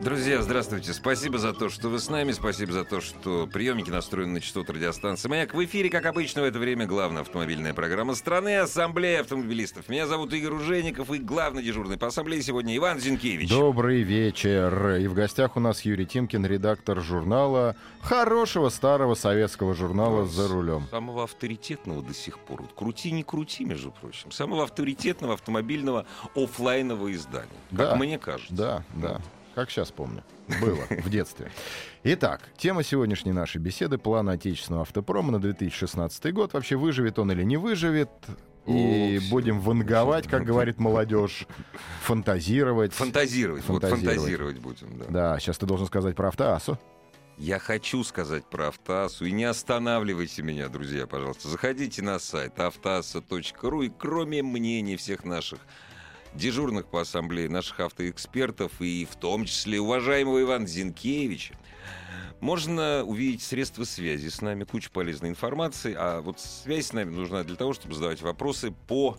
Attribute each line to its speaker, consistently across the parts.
Speaker 1: Друзья, здравствуйте. Спасибо за то, что вы с нами. Спасибо за то, что приемники настроены на частоту радиостанции «Маяк». В эфире, как обычно, в это время главная автомобильная программа страны «Ассамблея автомобилистов». Меня зовут Игорь Ужеников и главный дежурный по ассамблее сегодня Иван Зинкевич.
Speaker 2: Добрый вечер. И в гостях у нас Юрий Тимкин, редактор журнала, хорошего старого советского журнала «За рулем».
Speaker 1: Самого авторитетного до сих пор. Вот крути, не крути, между прочим. Самого авторитетного автомобильного офлайнового издания. Как
Speaker 2: Да.
Speaker 1: мне кажется.
Speaker 2: Да, да. Как сейчас помню. Было в детстве. Итак, тема сегодняшней нашей беседы — план отечественного автопрома на 2016 год. Вообще, выживет он или не выживет? И
Speaker 1: О, всё.
Speaker 2: будем ванговать, как говорит молодежь, фантазировать.
Speaker 1: Фантазировать. Вот
Speaker 2: Фантазировать.
Speaker 1: фантазировать будем, да.
Speaker 2: Да, сейчас ты должен сказать про а автоасу.
Speaker 1: Я хочу сказать про Автоасу. И не останавливайте меня, друзья, пожалуйста. Заходите на сайт автоаса.ру и кроме мнений всех наших дежурных по ассамблее, наших автоэкспертов и в том числе уважаемого Ивана Зинкевича, можно увидеть средства связи с нами, кучу полезной информации, а вот связь с нами нужна для того, чтобы задавать вопросы по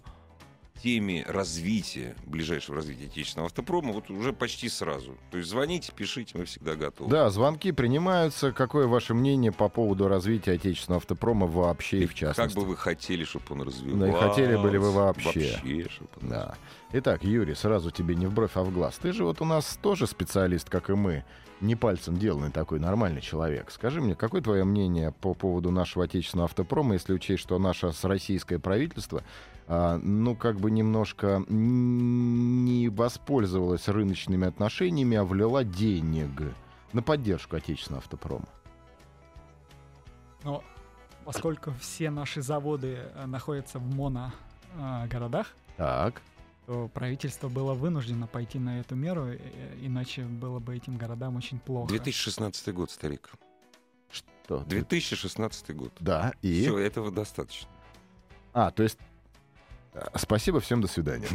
Speaker 1: теме развития, ближайшего развития отечественного автопрома, вот уже почти сразу. То есть звоните, пишите, мы всегда готовы.
Speaker 2: Да, звонки принимаются. Какое ваше мнение по поводу развития отечественного автопрома вообще и в частности?
Speaker 1: Как бы вы хотели, чтобы он
Speaker 2: Да
Speaker 1: развивался?
Speaker 2: и хотели были вы вообще.
Speaker 1: Вообще, чтоб он
Speaker 2: Да. Итак, Юрий, сразу тебе не в бровь, а в глаз. Ты же вот у нас тоже специалист, как и мы, не пальцем деланный такой нормальный человек. Скажи мне, какое твое мнение по поводу нашего отечественного автопрома, если учесть, что наше с российское правительство, а, ну, как бы немножко н- не воспользовалось рыночными отношениями, а влила денег на поддержку отечественного автопрома?
Speaker 3: Но поскольку все наши заводы э, находятся в моногородах,
Speaker 2: Так.
Speaker 3: то правительство было вынуждено пойти на эту меру, э, э, иначе было бы этим городам очень плохо.
Speaker 1: 2016 год, старик.
Speaker 2: Что?
Speaker 1: 2016 год.
Speaker 2: Да, и...
Speaker 1: Все, этого достаточно.
Speaker 2: А, то есть... а, Спасибо, всем до свидания.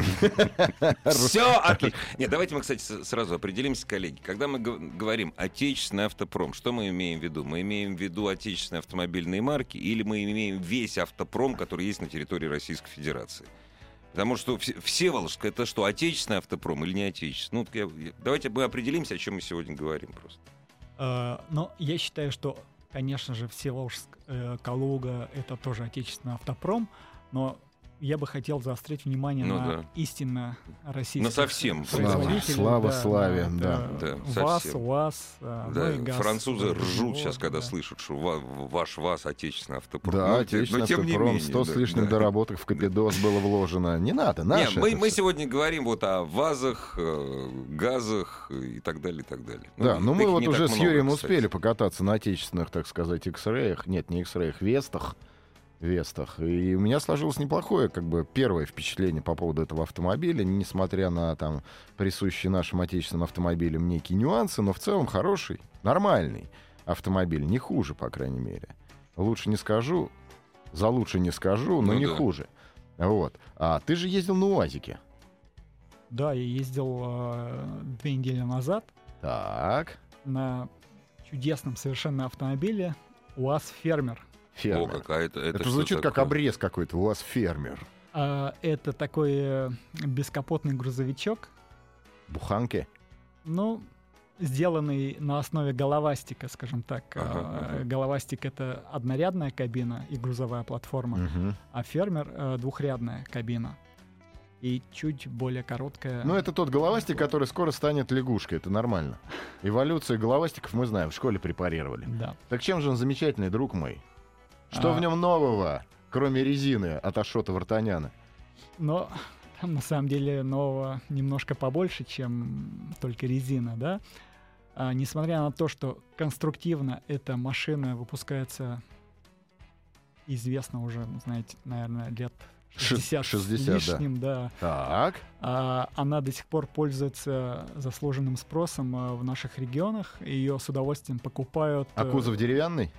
Speaker 1: Все отлично. Нет, давайте мы, кстати, с- сразу определимся, коллеги. Когда мы г- говорим отечественный автопром, что мы имеем в виду? Мы имеем в виду отечественные автомобильные марки или мы имеем весь автопром, который есть на территории Российской Федерации? Потому что все, Всеволожск, это что, отечественный автопром или не отечественный? Ну, вот я- я- давайте мы определимся, о чем мы сегодня говорим просто.
Speaker 3: Э, Но я считаю, что, конечно же, Всеволжск, э, Калуга — это тоже отечественный автопром, но я бы хотел заострить внимание
Speaker 1: Ну
Speaker 3: на
Speaker 1: да.
Speaker 3: истинно российских
Speaker 1: На совсем.
Speaker 3: производителей.
Speaker 2: Слава, слава
Speaker 3: да,
Speaker 2: славе, да.
Speaker 3: это
Speaker 1: Да,
Speaker 3: ВАЗ,
Speaker 1: совсем.
Speaker 3: УАЗ, э,
Speaker 1: Да,
Speaker 3: ну и ГАЗ.
Speaker 1: французы ржут сейчас,
Speaker 3: Вот,
Speaker 1: когда
Speaker 3: да.
Speaker 1: слышат, что ва- ваш вас отечественный автопром.
Speaker 2: Да,
Speaker 1: Ну,
Speaker 2: отечественный
Speaker 1: но тем не
Speaker 2: автопром,
Speaker 1: менее,
Speaker 2: 100 с
Speaker 1: да,
Speaker 2: лишним
Speaker 1: да.
Speaker 2: доработок в Капидос было вложено. Не надо,
Speaker 1: Не,
Speaker 2: наше.
Speaker 1: мы,
Speaker 2: это
Speaker 1: мы
Speaker 2: всё.
Speaker 1: сегодня говорим вот о вазах, э, газах э, и так далее, и так далее.
Speaker 2: Да, ну мы
Speaker 1: их
Speaker 2: вот
Speaker 1: не так
Speaker 2: уже с
Speaker 1: много,
Speaker 2: Юрием
Speaker 1: кстати.
Speaker 2: успели покататься на отечественных, так сказать, X-реях. Нет, не X-реях, Вестах. Вестах. И у меня сложилось неплохое, как бы, первое впечатление по поводу этого автомобиля, несмотря на там присущие нашим отечественным автомобилям некие нюансы, но в целом хороший, нормальный автомобиль, не хуже, по крайней мере. Лучше не скажу, за лучше не скажу, но
Speaker 1: Ну
Speaker 2: не
Speaker 1: да.
Speaker 2: хуже. Вот. А ты же ездил на УАЗике.
Speaker 3: Да, я ездил э, две недели назад
Speaker 2: Так,
Speaker 3: на чудесном совершенно автомобиле УАЗ Фермер.
Speaker 1: О,
Speaker 2: фермер.
Speaker 1: какая это, это
Speaker 2: Это,
Speaker 1: что
Speaker 2: звучит как
Speaker 1: такое?
Speaker 2: обрез какой-то. У вас фермер.
Speaker 3: А, это такой э, бескапотный грузовичок,
Speaker 2: Буханки.
Speaker 3: ну, сделанный на основе головастика, скажем так.
Speaker 1: Ага,
Speaker 3: А,
Speaker 1: ага.
Speaker 3: Головастик — это однорядная кабина и грузовая платформа,
Speaker 2: Мгм.
Speaker 3: а Фермер э, двухрядная кабина и чуть более короткая.
Speaker 2: Ну, это тот головастик, который скоро станет лягушкой. Это нормально. Эволюцию головастиков мы знаем, в школе препарировали.
Speaker 3: Да.
Speaker 2: Так чем же он замечательный, друг мой? Что
Speaker 3: А.
Speaker 2: в нем нового, кроме резины от Ашота Вартаняна?
Speaker 3: Но там на самом деле нового немножко побольше, чем только резина, да. А, несмотря на то, что конструктивно эта машина выпускается известно уже, ну, знаете, наверное, лет
Speaker 2: Ши-
Speaker 3: 60,
Speaker 2: 60,
Speaker 3: с
Speaker 2: да.
Speaker 3: лишним, да.
Speaker 2: Так.
Speaker 3: А, Она до сих пор пользуется заслуженным спросом а, в наших регионах. Ее с удовольствием покупают.
Speaker 2: А
Speaker 3: э,
Speaker 2: кузов деревянный?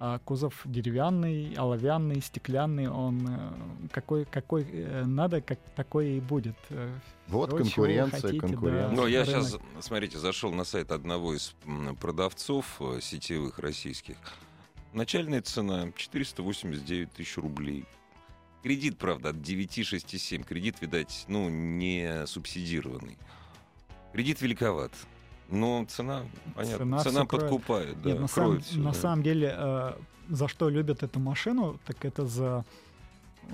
Speaker 3: а кузов деревянный, оловянный, стеклянный. Он э, какой, какой э, надо, как такой и будет. Э,
Speaker 2: Вот
Speaker 3: всё, чего
Speaker 2: конкуренция,
Speaker 3: хотите, да.
Speaker 2: конкуренция.
Speaker 1: Но я
Speaker 3: Рынок.
Speaker 1: сейчас, смотрите, зашел на сайт одного из м, продавцов э, сетевых российских. Начальная цена 489 тысяч рублей. Кредит, правда, от 9,67. Кредит, видать, ну, не субсидированный. Кредит великоват. Но цена, понятно,
Speaker 3: Цена
Speaker 1: цена,
Speaker 3: всё кроет.
Speaker 1: подкупает, да,
Speaker 3: Нет, на, самом,
Speaker 1: кроет всё,
Speaker 3: на
Speaker 1: да.
Speaker 3: самом деле, э, за что любят эту машину, так это за э,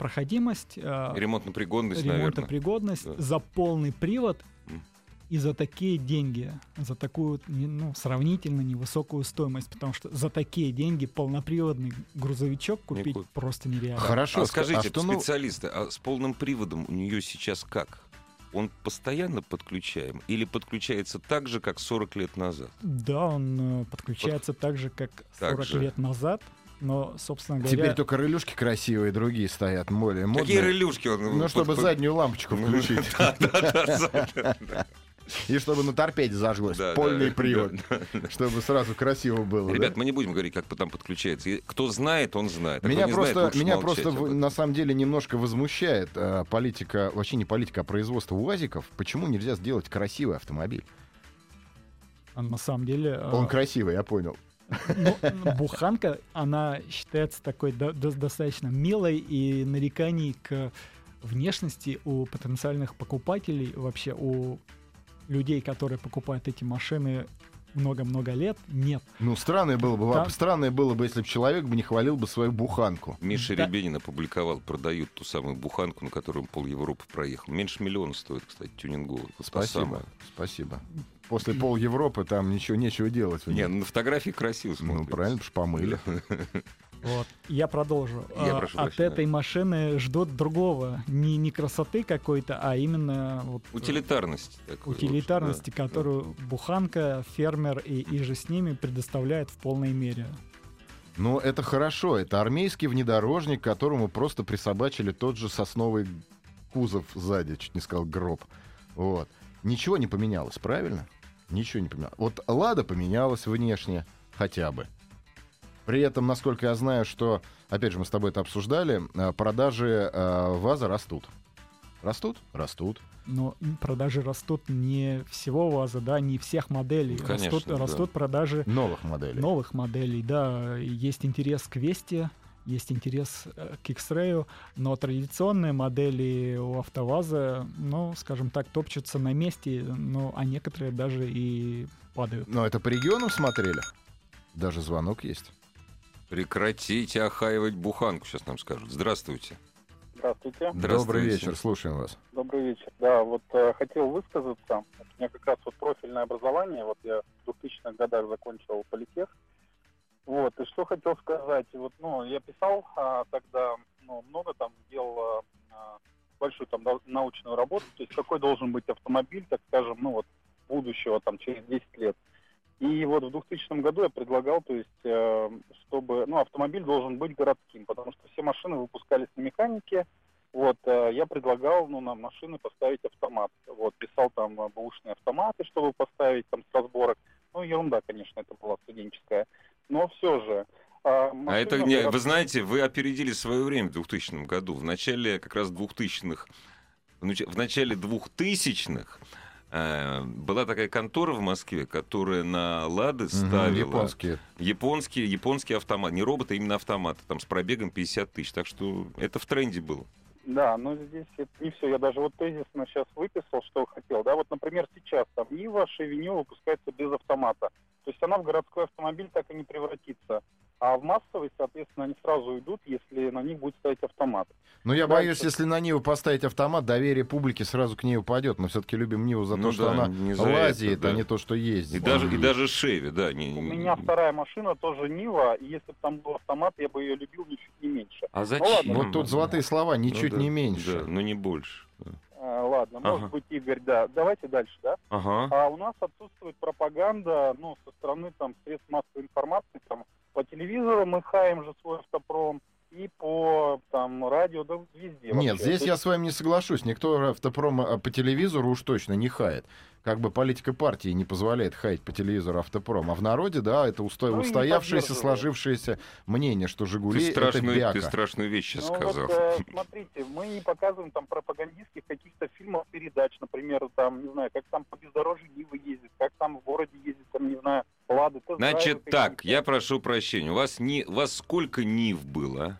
Speaker 3: проходимость, э,
Speaker 1: Ремонтная пригодность, наверное.
Speaker 3: ремонтопригодность,
Speaker 1: Да.
Speaker 3: за полный привод
Speaker 1: Мгм.
Speaker 3: и за такие деньги, за такую не- ну, сравнительно невысокую стоимость, потому что за такие деньги полноприводный грузовичок
Speaker 1: Не
Speaker 3: купить
Speaker 1: купишь.
Speaker 3: просто нереально.
Speaker 2: Хорошо,
Speaker 1: а
Speaker 2: ска-
Speaker 1: скажите,
Speaker 2: а что ну-
Speaker 1: специалисты, а с полным приводом у нее сейчас как? Он постоянно подключаем или подключается так же, как 40 лет назад?
Speaker 3: Да, он э, подключается так же, как
Speaker 1: Так
Speaker 3: 40
Speaker 1: же.
Speaker 3: лет назад, но, собственно говоря...
Speaker 2: Теперь только релюшки красивые, другие стоят, более модные.
Speaker 1: Какие релюшки он?
Speaker 2: Ну, чтобы
Speaker 1: под-
Speaker 2: заднюю лампочку
Speaker 1: Ну,
Speaker 2: включить.
Speaker 1: Да, заднюю,
Speaker 2: И чтобы на торпеде зажглось.
Speaker 1: да,
Speaker 2: Польный
Speaker 1: да,
Speaker 2: привод.
Speaker 1: да, да.
Speaker 2: Чтобы сразу красиво было. да?
Speaker 1: Ребят, мы не будем говорить, как там подключается. И Кто знает, он знает. А
Speaker 2: Меня
Speaker 1: кто не знает,
Speaker 2: просто,
Speaker 1: лучше
Speaker 2: меня
Speaker 1: молчать
Speaker 2: просто
Speaker 1: об
Speaker 2: в-
Speaker 1: этом.
Speaker 2: на самом деле немножко возмущает э, политика, вообще не политика, а производство УАЗиков. Почему нельзя сделать красивый автомобиль?
Speaker 3: А На самом деле... э,
Speaker 2: Он красивый, я понял.
Speaker 3: ну, буханка, она считается такой до- до- достаточно милой, и нареканий к внешности у потенциальных покупателей, вообще у людей, которые покупают эти машины много-много лет, нет.
Speaker 2: Ну, странное было бы,
Speaker 3: Там-
Speaker 2: странное было бы, если бы человек бы не хвалил бы свою буханку.
Speaker 1: Миша
Speaker 3: Да.
Speaker 1: Рябинин опубликовал, продают ту самую буханку, на которую пол Европы проехал. Меньше миллиона стоит, кстати, тюнинговый. Вот та
Speaker 2: Спасибо,
Speaker 1: самая.
Speaker 2: спасибо. После пол Европы там ничего нечего делать. у
Speaker 1: Не,
Speaker 2: них.
Speaker 1: ну, на фотографии красиво
Speaker 2: ну
Speaker 1: смотрится.
Speaker 2: правильно, потому что помыли.
Speaker 3: Вот. Я продолжу.
Speaker 1: Я
Speaker 3: А,
Speaker 1: прошу
Speaker 3: От
Speaker 1: прощения.
Speaker 3: этой машины ждут другого. Не, не красоты какой-то, а именно вот, э,
Speaker 1: Утилитарность. такой, в общем,
Speaker 3: утилитарности,
Speaker 1: да.
Speaker 3: которую буханка, фермер и, и же с ними предоставляет в полной мере.
Speaker 2: Но это хорошо, это армейский внедорожник, к которому просто присобачили тот же сосновый кузов сзади, чуть не сказал гроб. Вот. Ничего не поменялось, правильно? Ничего не поменялось. Вот Лада поменялась внешне хотя бы. При этом, насколько я знаю, что, опять же, мы с тобой это обсуждали, э, продажи э, ВАЗа растут. Растут? Растут.
Speaker 3: Но продажи растут не всего ВАЗа, да, не всех моделей.
Speaker 1: Ну, конечно,
Speaker 3: растут,
Speaker 1: да.
Speaker 3: растут продажи
Speaker 2: Новых моделей.
Speaker 3: новых моделей, да. Есть интерес к Весте, есть интерес э, к X-Ray, но традиционные модели у АвтоВАЗа, ну, скажем так, топчутся на месте, ну, а некоторые даже и падают.
Speaker 2: Но это по регионам смотрели? Даже звонок есть.
Speaker 1: Прекратите охаивать буханку, сейчас нам скажут. Здравствуйте.
Speaker 4: Здравствуйте.
Speaker 2: Добрый
Speaker 1: Здравствуйте.
Speaker 2: вечер, слушаем вас.
Speaker 4: Добрый вечер. Да, вот э, хотел высказаться. У меня как раз вот профильное образование. Вот я в 2000-х годах закончил политех. Вот, и что хотел сказать. Вот, ну, я писал а, тогда, ну, много там делал а, большую там нау- научную работу. То есть какой должен быть автомобиль, так скажем, ну, вот будущего там через 10 лет. И вот в 2000 году я предлагал, то есть, э, чтобы, ну, автомобиль должен быть городским, потому что все машины выпускались на механике, вот, э, я предлагал, ну, на машины поставить автомат. Вот, писал там э, бэушные автоматы, чтобы поставить там с разборок. Ну, ерунда, конечно, это была студенческая. Но все же. э,
Speaker 1: А
Speaker 4: машина
Speaker 1: это, не,
Speaker 4: была-
Speaker 1: вы знаете, вы опередили свое время в 2000 году. В начале как раз 2000-х, в нач- в начале 2000-х э, была такая контора в Москве, которая на «Лады»
Speaker 2: Мгм,
Speaker 1: ставила
Speaker 2: Японские
Speaker 1: японские, японские автоматы. Не роботы, а именно автоматы. Там с пробегом 50 тысяч. Так что это в тренде было.
Speaker 4: Да, но здесь это не все. Я даже вот тезисно сейчас выписал, что хотел. Да, вот, например, сейчас там Нива Шевеню выпускается без автомата. То есть она в городской автомобиль так и не превратится. А в массовый, соответственно, они сразу уйдут, если на них будет стоять автомат.
Speaker 2: Ну, я
Speaker 4: Да,
Speaker 2: боюсь,
Speaker 4: это-
Speaker 2: если на Ниву поставить автомат, доверие публики сразу к ней упадет. Мы все-таки любим Ниву за
Speaker 1: Ну
Speaker 2: то, что
Speaker 1: да,
Speaker 2: она
Speaker 1: не за
Speaker 2: лазит,
Speaker 1: это, да.
Speaker 2: а не то, что
Speaker 1: И
Speaker 2: ездит.
Speaker 1: даже, и даже «Шеви», да. Не,
Speaker 4: У
Speaker 1: не-
Speaker 4: меня вторая машина тоже Нива, и если бы там был автомат, я бы ее любил ничуть не меньше.
Speaker 1: А
Speaker 4: Ну ладно.
Speaker 2: Вот тут золотые слова,
Speaker 1: Ну
Speaker 2: ничуть
Speaker 1: да,
Speaker 2: не
Speaker 1: да,
Speaker 2: меньше.
Speaker 1: но не больше.
Speaker 4: Э, ладно, может
Speaker 1: Ага.
Speaker 4: быть, Игорь, да. Давайте дальше, да?
Speaker 1: Ага.
Speaker 4: А у нас отсутствует пропаганда, ну, со стороны там средств массовой информации, там, по телевизору мы хаем же свой автопром, и по там радио, да везде.
Speaker 2: Нет,
Speaker 4: вообще.
Speaker 2: здесь
Speaker 4: То
Speaker 2: я
Speaker 4: есть,
Speaker 2: с вами не соглашусь. Никто автопром а, по телевизору уж точно не хает. Как бы политика партии не позволяет хаять по телевизору автопром. А в народе, да, это усто-
Speaker 4: Ну, и не
Speaker 2: устоявшееся,
Speaker 4: поддерживаю.
Speaker 2: сложившееся мнение, что «Жигули»
Speaker 1: Ты
Speaker 2: это
Speaker 1: страшную, ты
Speaker 2: бяка.
Speaker 1: страшную вещь сейчас
Speaker 4: ну, вот,
Speaker 1: сказал.
Speaker 4: э, смотрите, мы не показываем там пропагандистских каких-то фильмов, передач, например, там, не знаю, как там по бездорожью Нивы ездит, как там в городе ездит, там, не знаю, Лады. Тест-драйвы
Speaker 1: Значит
Speaker 4: какие-то.
Speaker 1: так, я прошу прощения. У вас, не, у вас сколько нив было?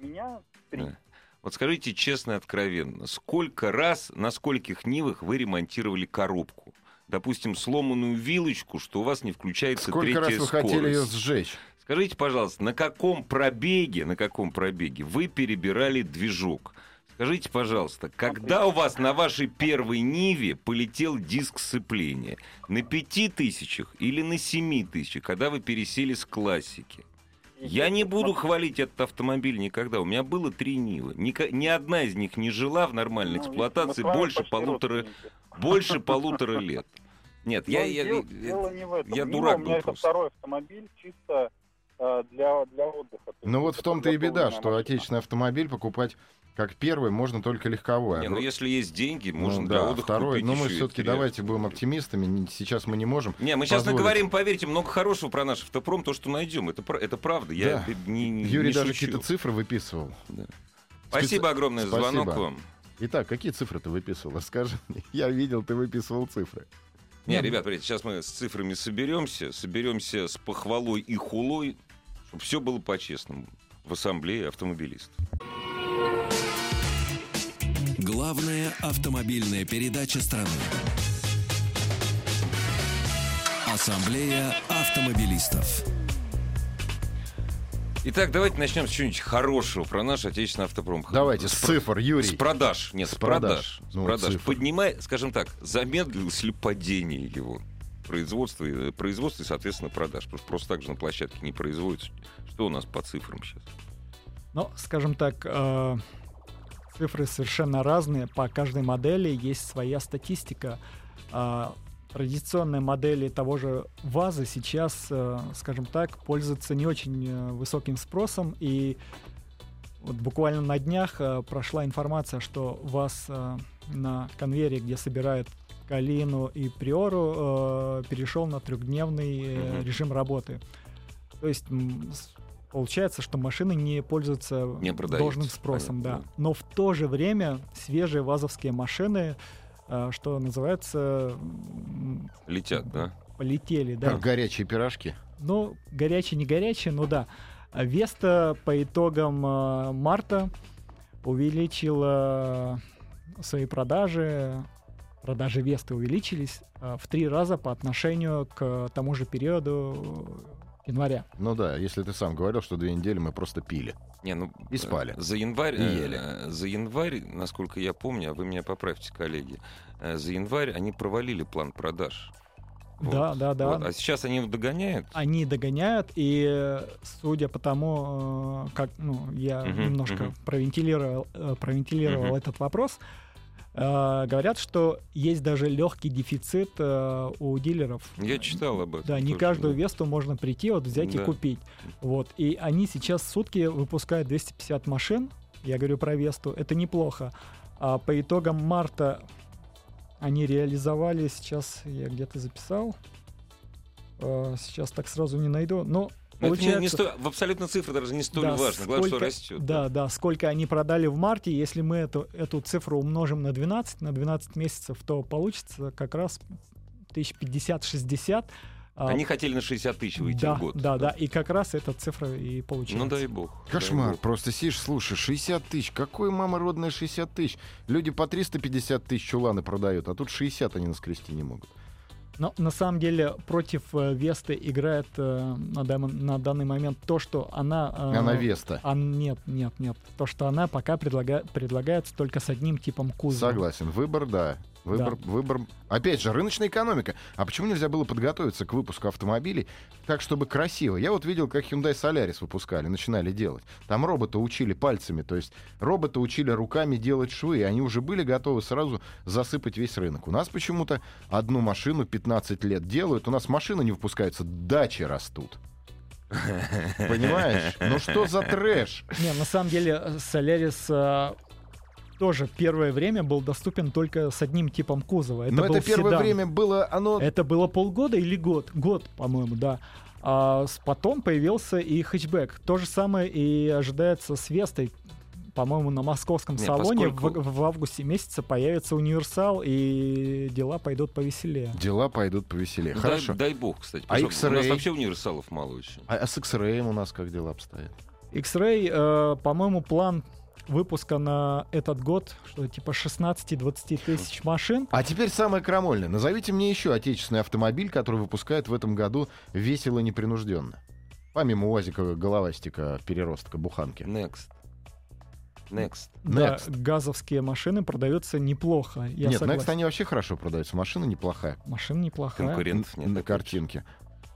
Speaker 4: У меня
Speaker 1: а?
Speaker 4: три.
Speaker 1: Да. Вот скажите честно и откровенно, сколько раз, на скольких нивах вы ремонтировали коробку? Допустим, сломанную вилочку, что у вас не включается
Speaker 2: Сколько
Speaker 1: третья
Speaker 2: раз вы
Speaker 1: скорость.
Speaker 2: хотели ее сжечь?
Speaker 1: Скажите, пожалуйста, на каком пробеге, на каком пробеге вы перебирали движок? Скажите, пожалуйста, когда у вас на вашей первой Ниве полетел диск сцепления? На пяти тысячах или на семи тысячах, когда вы пересели с классики? Я не буду хвалить этот автомобиль никогда. У меня было три Нивы. Ника- Ни, одна из них не жила в нормальной
Speaker 4: Ну, мы
Speaker 1: эксплуатации
Speaker 4: с вами
Speaker 1: больше
Speaker 4: почти
Speaker 1: полутора,
Speaker 4: родственники.
Speaker 1: больше полутора лет. Нет, я,
Speaker 4: Но
Speaker 1: я-
Speaker 4: дел- Ну, дело не в этом.
Speaker 1: я
Speaker 4: Нива
Speaker 1: дурак
Speaker 4: у
Speaker 1: был
Speaker 4: меня это
Speaker 1: просто.
Speaker 4: второй автомобиль чисто э, для, для отдыха. То
Speaker 2: Ну
Speaker 4: есть
Speaker 2: вот в
Speaker 4: это
Speaker 2: том-то и беда,
Speaker 4: подготовленная
Speaker 2: что
Speaker 4: машина.
Speaker 2: отечественный автомобиль покупать как первый можно только легковой. а
Speaker 1: Не,
Speaker 2: гру-
Speaker 1: ну если есть деньги,
Speaker 2: Ну
Speaker 1: можно для
Speaker 2: да,
Speaker 1: отдыха
Speaker 2: второй.
Speaker 1: купить
Speaker 2: Но мы
Speaker 1: ещё и
Speaker 2: все-таки
Speaker 1: три.
Speaker 2: давайте будем оптимистами. не- Сейчас мы не можем.
Speaker 1: Не, мы сейчас
Speaker 2: позволить.
Speaker 1: наговорим, поверьте, много хорошего про наш автопром, то, что найдем. Это, пра- это правда. Я
Speaker 2: Да.
Speaker 1: это не, не- не
Speaker 2: Юрий даже
Speaker 1: шучу.
Speaker 2: какие-то цифры выписывал.
Speaker 1: Спасибо огромное за звонок
Speaker 2: Спасибо.
Speaker 1: вам.
Speaker 2: Итак, какие цифры ты выписывал? Расскажи мне. Я видел, ты выписывал цифры.
Speaker 1: Не, ребят, привет, сейчас мы с цифрами соберемся, соберемся с похвалой и хулой, чтобы все было по-честному в ассамблее автомобилистов.
Speaker 5: Главная автомобильная передача страны. Ассамблея автомобилистов.
Speaker 1: Итак, давайте начнем с чего-нибудь хорошего про наш отечественный автопром.
Speaker 2: Давайте, с
Speaker 1: С про-
Speaker 2: цифр, Юрий.
Speaker 1: С продаж. Нет,
Speaker 2: С
Speaker 1: с
Speaker 2: продаж.
Speaker 1: продаж.
Speaker 2: Ну,
Speaker 1: с продаж.
Speaker 2: цифры.
Speaker 1: Поднимай, скажем так, замедлилось ли падение его производства, и- производства и, соответственно, продаж. Потому что просто так же на площадке не производится. Что у нас по цифрам сейчас?
Speaker 3: Но, скажем так, э, цифры совершенно разные. По каждой модели есть своя статистика. А, Традиционные модели того же ВАЗа сейчас, э, скажем так, пользуются не очень э, высоким спросом. И вот буквально на днях э, прошла информация, что ВАЗ э, на конвейере, где собирают Калину и Приору, э, перешел на трехдневный э,
Speaker 1: Мгм.
Speaker 3: режим работы. То есть м, с- получается, что машины не пользуются
Speaker 1: Не продаются,
Speaker 3: должным спросом,
Speaker 1: понятно,
Speaker 3: да. Но в то же время свежие вазовские машины, э, что называется, м,
Speaker 1: Летят, да?
Speaker 3: полетели, да.
Speaker 2: Как горячие пирожки.
Speaker 3: Ну, горячие, не горячие, ну да. А Веста по итогам э, марта увеличила свои продажи. Продажи Весты увеличились э, в три раза по отношению к тому же периоду э, января.
Speaker 2: Ну да, если ты сам говорил, что две недели мы просто пили.
Speaker 1: Не, ну,
Speaker 2: И спали.
Speaker 1: э, За январь,
Speaker 2: И
Speaker 1: э,
Speaker 2: ели.
Speaker 1: э, за январь, насколько я помню, а вы меня поправьте, коллеги, э, за январь они провалили план продаж. Вот,
Speaker 3: Да, да, да.
Speaker 1: вот. А сейчас они его догоняют?
Speaker 3: Они догоняют, и э, судя по тому, э, как ну, я
Speaker 1: Мгм,
Speaker 3: немножко
Speaker 1: мгм.
Speaker 3: провентилировал, э, провентилировал
Speaker 1: Мгм.
Speaker 3: этот вопрос, э, говорят, что есть даже легкий дефицит э, у дилеров.
Speaker 1: Я читал об этом.
Speaker 3: Да, не
Speaker 1: тоже,
Speaker 3: каждую
Speaker 1: да.
Speaker 3: Весту можно прийти, вот взять
Speaker 1: Да.
Speaker 3: и купить. Вот. И они сейчас в сутки выпускают 250 машин. Я говорю про Весту. Это неплохо. А по итогам марта они реализовали, сейчас я где-то записал, Э, сейчас так сразу не найду, но
Speaker 1: Но это не- не
Speaker 3: получается-
Speaker 1: сто- В абсолютно цифры даже не столь
Speaker 3: да,
Speaker 1: важно. Главное, что
Speaker 3: сколько-
Speaker 1: растет.
Speaker 3: Да, да, сколько они продали в марте, если мы эту, эту цифру умножим на 12, на 12 месяцев, то получится как раз 1050-60. а,
Speaker 1: Они хотели на 60 тысяч выйти
Speaker 3: да,
Speaker 1: в год.
Speaker 3: Да, да, и как раз эта цифра и получилась.
Speaker 1: Ну дай бог.
Speaker 2: Кошмар.
Speaker 1: дай бог.
Speaker 2: Просто сидишь, слушай, 60 тысяч. Какой мама родная 60 тысяч? Люди по 350 тысяч чуланы продают, а тут 60 они наскрести не могут.
Speaker 3: Но на самом деле против э, Весты играет э, на, дам- на данный момент то, что она... э,
Speaker 2: Она Веста.
Speaker 3: а, нет, нет, нет. То, что она пока предлагает, предлагается только с одним типом кузова.
Speaker 2: Согласен. Выбор, да. Выбор, выбор. Опять же, рыночная экономика. А почему нельзя было подготовиться к выпуску автомобилей так, чтобы красиво? Я вот видел, как Hyundai Solaris выпускали, начинали делать. Там робота учили пальцами, то есть робота учили руками делать швы, и они уже были готовы сразу засыпать весь рынок. У нас почему-то одну машину 15 лет делают, у нас машины не выпускаются, дачи растут. Понимаешь? Ну что за трэш?
Speaker 3: Не, на самом деле э, Солярис э, тоже первое время был доступен только с одним типом кузова. Это
Speaker 2: Но
Speaker 3: был
Speaker 2: Ну, это первое
Speaker 3: седан.
Speaker 2: время было, оно...
Speaker 3: Это было полгода или год? Год, по-моему, да. А с- потом появился и хэтчбэк. То же самое и ожидается с Вестой. По-моему, на московском
Speaker 1: Не,
Speaker 3: салоне в-
Speaker 1: поскольку-
Speaker 3: в, августе месяце появится универсал, и дела пойдут повеселее.
Speaker 2: Дела пойдут повеселее.
Speaker 1: Дай-
Speaker 2: Хорошо.
Speaker 1: Ну, Дай, бог, кстати.
Speaker 2: А
Speaker 1: пожалуйста. У нас
Speaker 2: X-Ray?
Speaker 1: вообще универсалов мало очень.
Speaker 2: А, а с X-Ray у нас как дела обстоят?
Speaker 3: X-Ray, э, по-моему, план выпуска на этот год, что типа 16-20 тысяч машин.
Speaker 2: А теперь самое крамольное. Назовите мне еще отечественный автомобиль, который выпускает в этом году весело и непринужденно. Помимо УАЗика, головастика, переростка, буханки.
Speaker 1: Next. Next.
Speaker 3: Да,
Speaker 2: Next.
Speaker 3: газовские машины продаются неплохо. Я
Speaker 2: Нет,
Speaker 3: согласен.
Speaker 2: Next ну, они вообще хорошо продаются. Машина неплохая.
Speaker 3: Машина неплохая.
Speaker 1: Конкурентов
Speaker 2: на
Speaker 1: нет.
Speaker 2: картинке.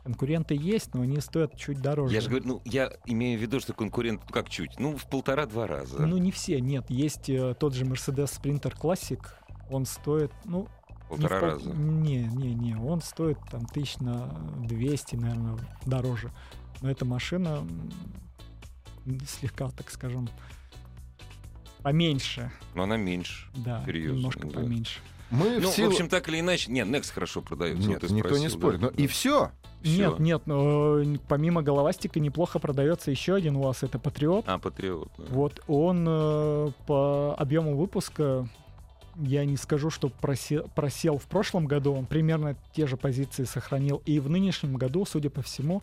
Speaker 3: Конкуренты есть, но они стоят чуть дороже.
Speaker 1: Я же говорю, ну, я имею в виду, что конкурент, ну, как чуть, ну, в полтора-два раза.
Speaker 3: Ну, не все, нет. Есть э, тот же Mercedes Sprinter Classic. Он стоит, ну... не в
Speaker 1: полтора
Speaker 3: пол-
Speaker 1: раза.
Speaker 3: Не, не, не. Он стоит там тысяч на 200, наверное, дороже. Но эта машина м, слегка, так скажем, поменьше.
Speaker 1: Но она меньше.
Speaker 3: Да,
Speaker 1: Серьезно,
Speaker 3: немножко
Speaker 1: да.
Speaker 3: поменьше.
Speaker 2: Мы
Speaker 1: Ну,
Speaker 2: в силу-
Speaker 1: в общем, так или иначе... Нет, Next хорошо продается.
Speaker 2: Нет,
Speaker 1: вот ты
Speaker 2: никто не
Speaker 1: спросил,
Speaker 2: спорит.
Speaker 1: да,
Speaker 2: но
Speaker 1: да.
Speaker 2: И все.
Speaker 1: Всё.
Speaker 3: Нет, нет, но, э, помимо головастика неплохо продается еще один у вас, это Патриот.
Speaker 1: А, Патриот. да.
Speaker 3: Вот он э, по объему выпуска, я не скажу, что просе- просел, в прошлом году, он примерно те же позиции сохранил. И в нынешнем году, судя по всему,